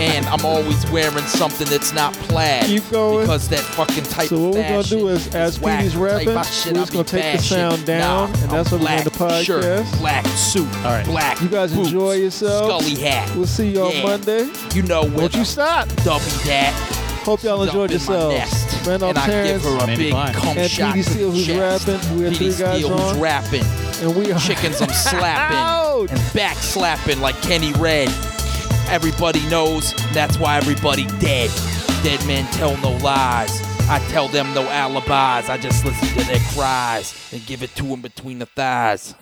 S6: And I'm always wearing something that's not plaid.
S4: Keep going.
S6: Because that fucking type
S4: So what
S6: of
S4: we're gonna
S6: fashion
S4: do is, as
S6: whack
S4: Petey's
S6: type
S4: rapping,
S6: of shit
S4: we're
S6: I
S4: just
S6: be
S4: gonna take the
S6: bashing.
S4: sound down,
S6: Nah,
S4: and that's what
S6: I'm
S4: we're gonna end the
S6: black
S4: podcast.
S6: Shirt, black suit, black
S4: You guys
S6: boots,
S4: enjoy yourselves.
S6: Scully hat.
S4: We'll see you on
S6: Yeah.
S4: Monday.
S6: You know what? Don't
S4: you stop.
S6: Dubby that.
S4: Hope y'all enjoyed
S6: Up in my
S4: yourselves.
S6: nest.
S4: Randolph
S6: and I
S4: Terrence
S6: give her a
S4: and
S6: big cum shot.
S4: Petey Steele, who's rapping. We are
S6: Petey
S4: three guys
S6: Steele who's
S4: on.
S6: rapping.
S4: And we are
S6: Chickens I'm slapping. and back slapping like Kenny Red. Everybody knows that's why everybody dead. Dead men tell no lies. I tell them no alibis. I just listen to their cries and give it to them between the thighs.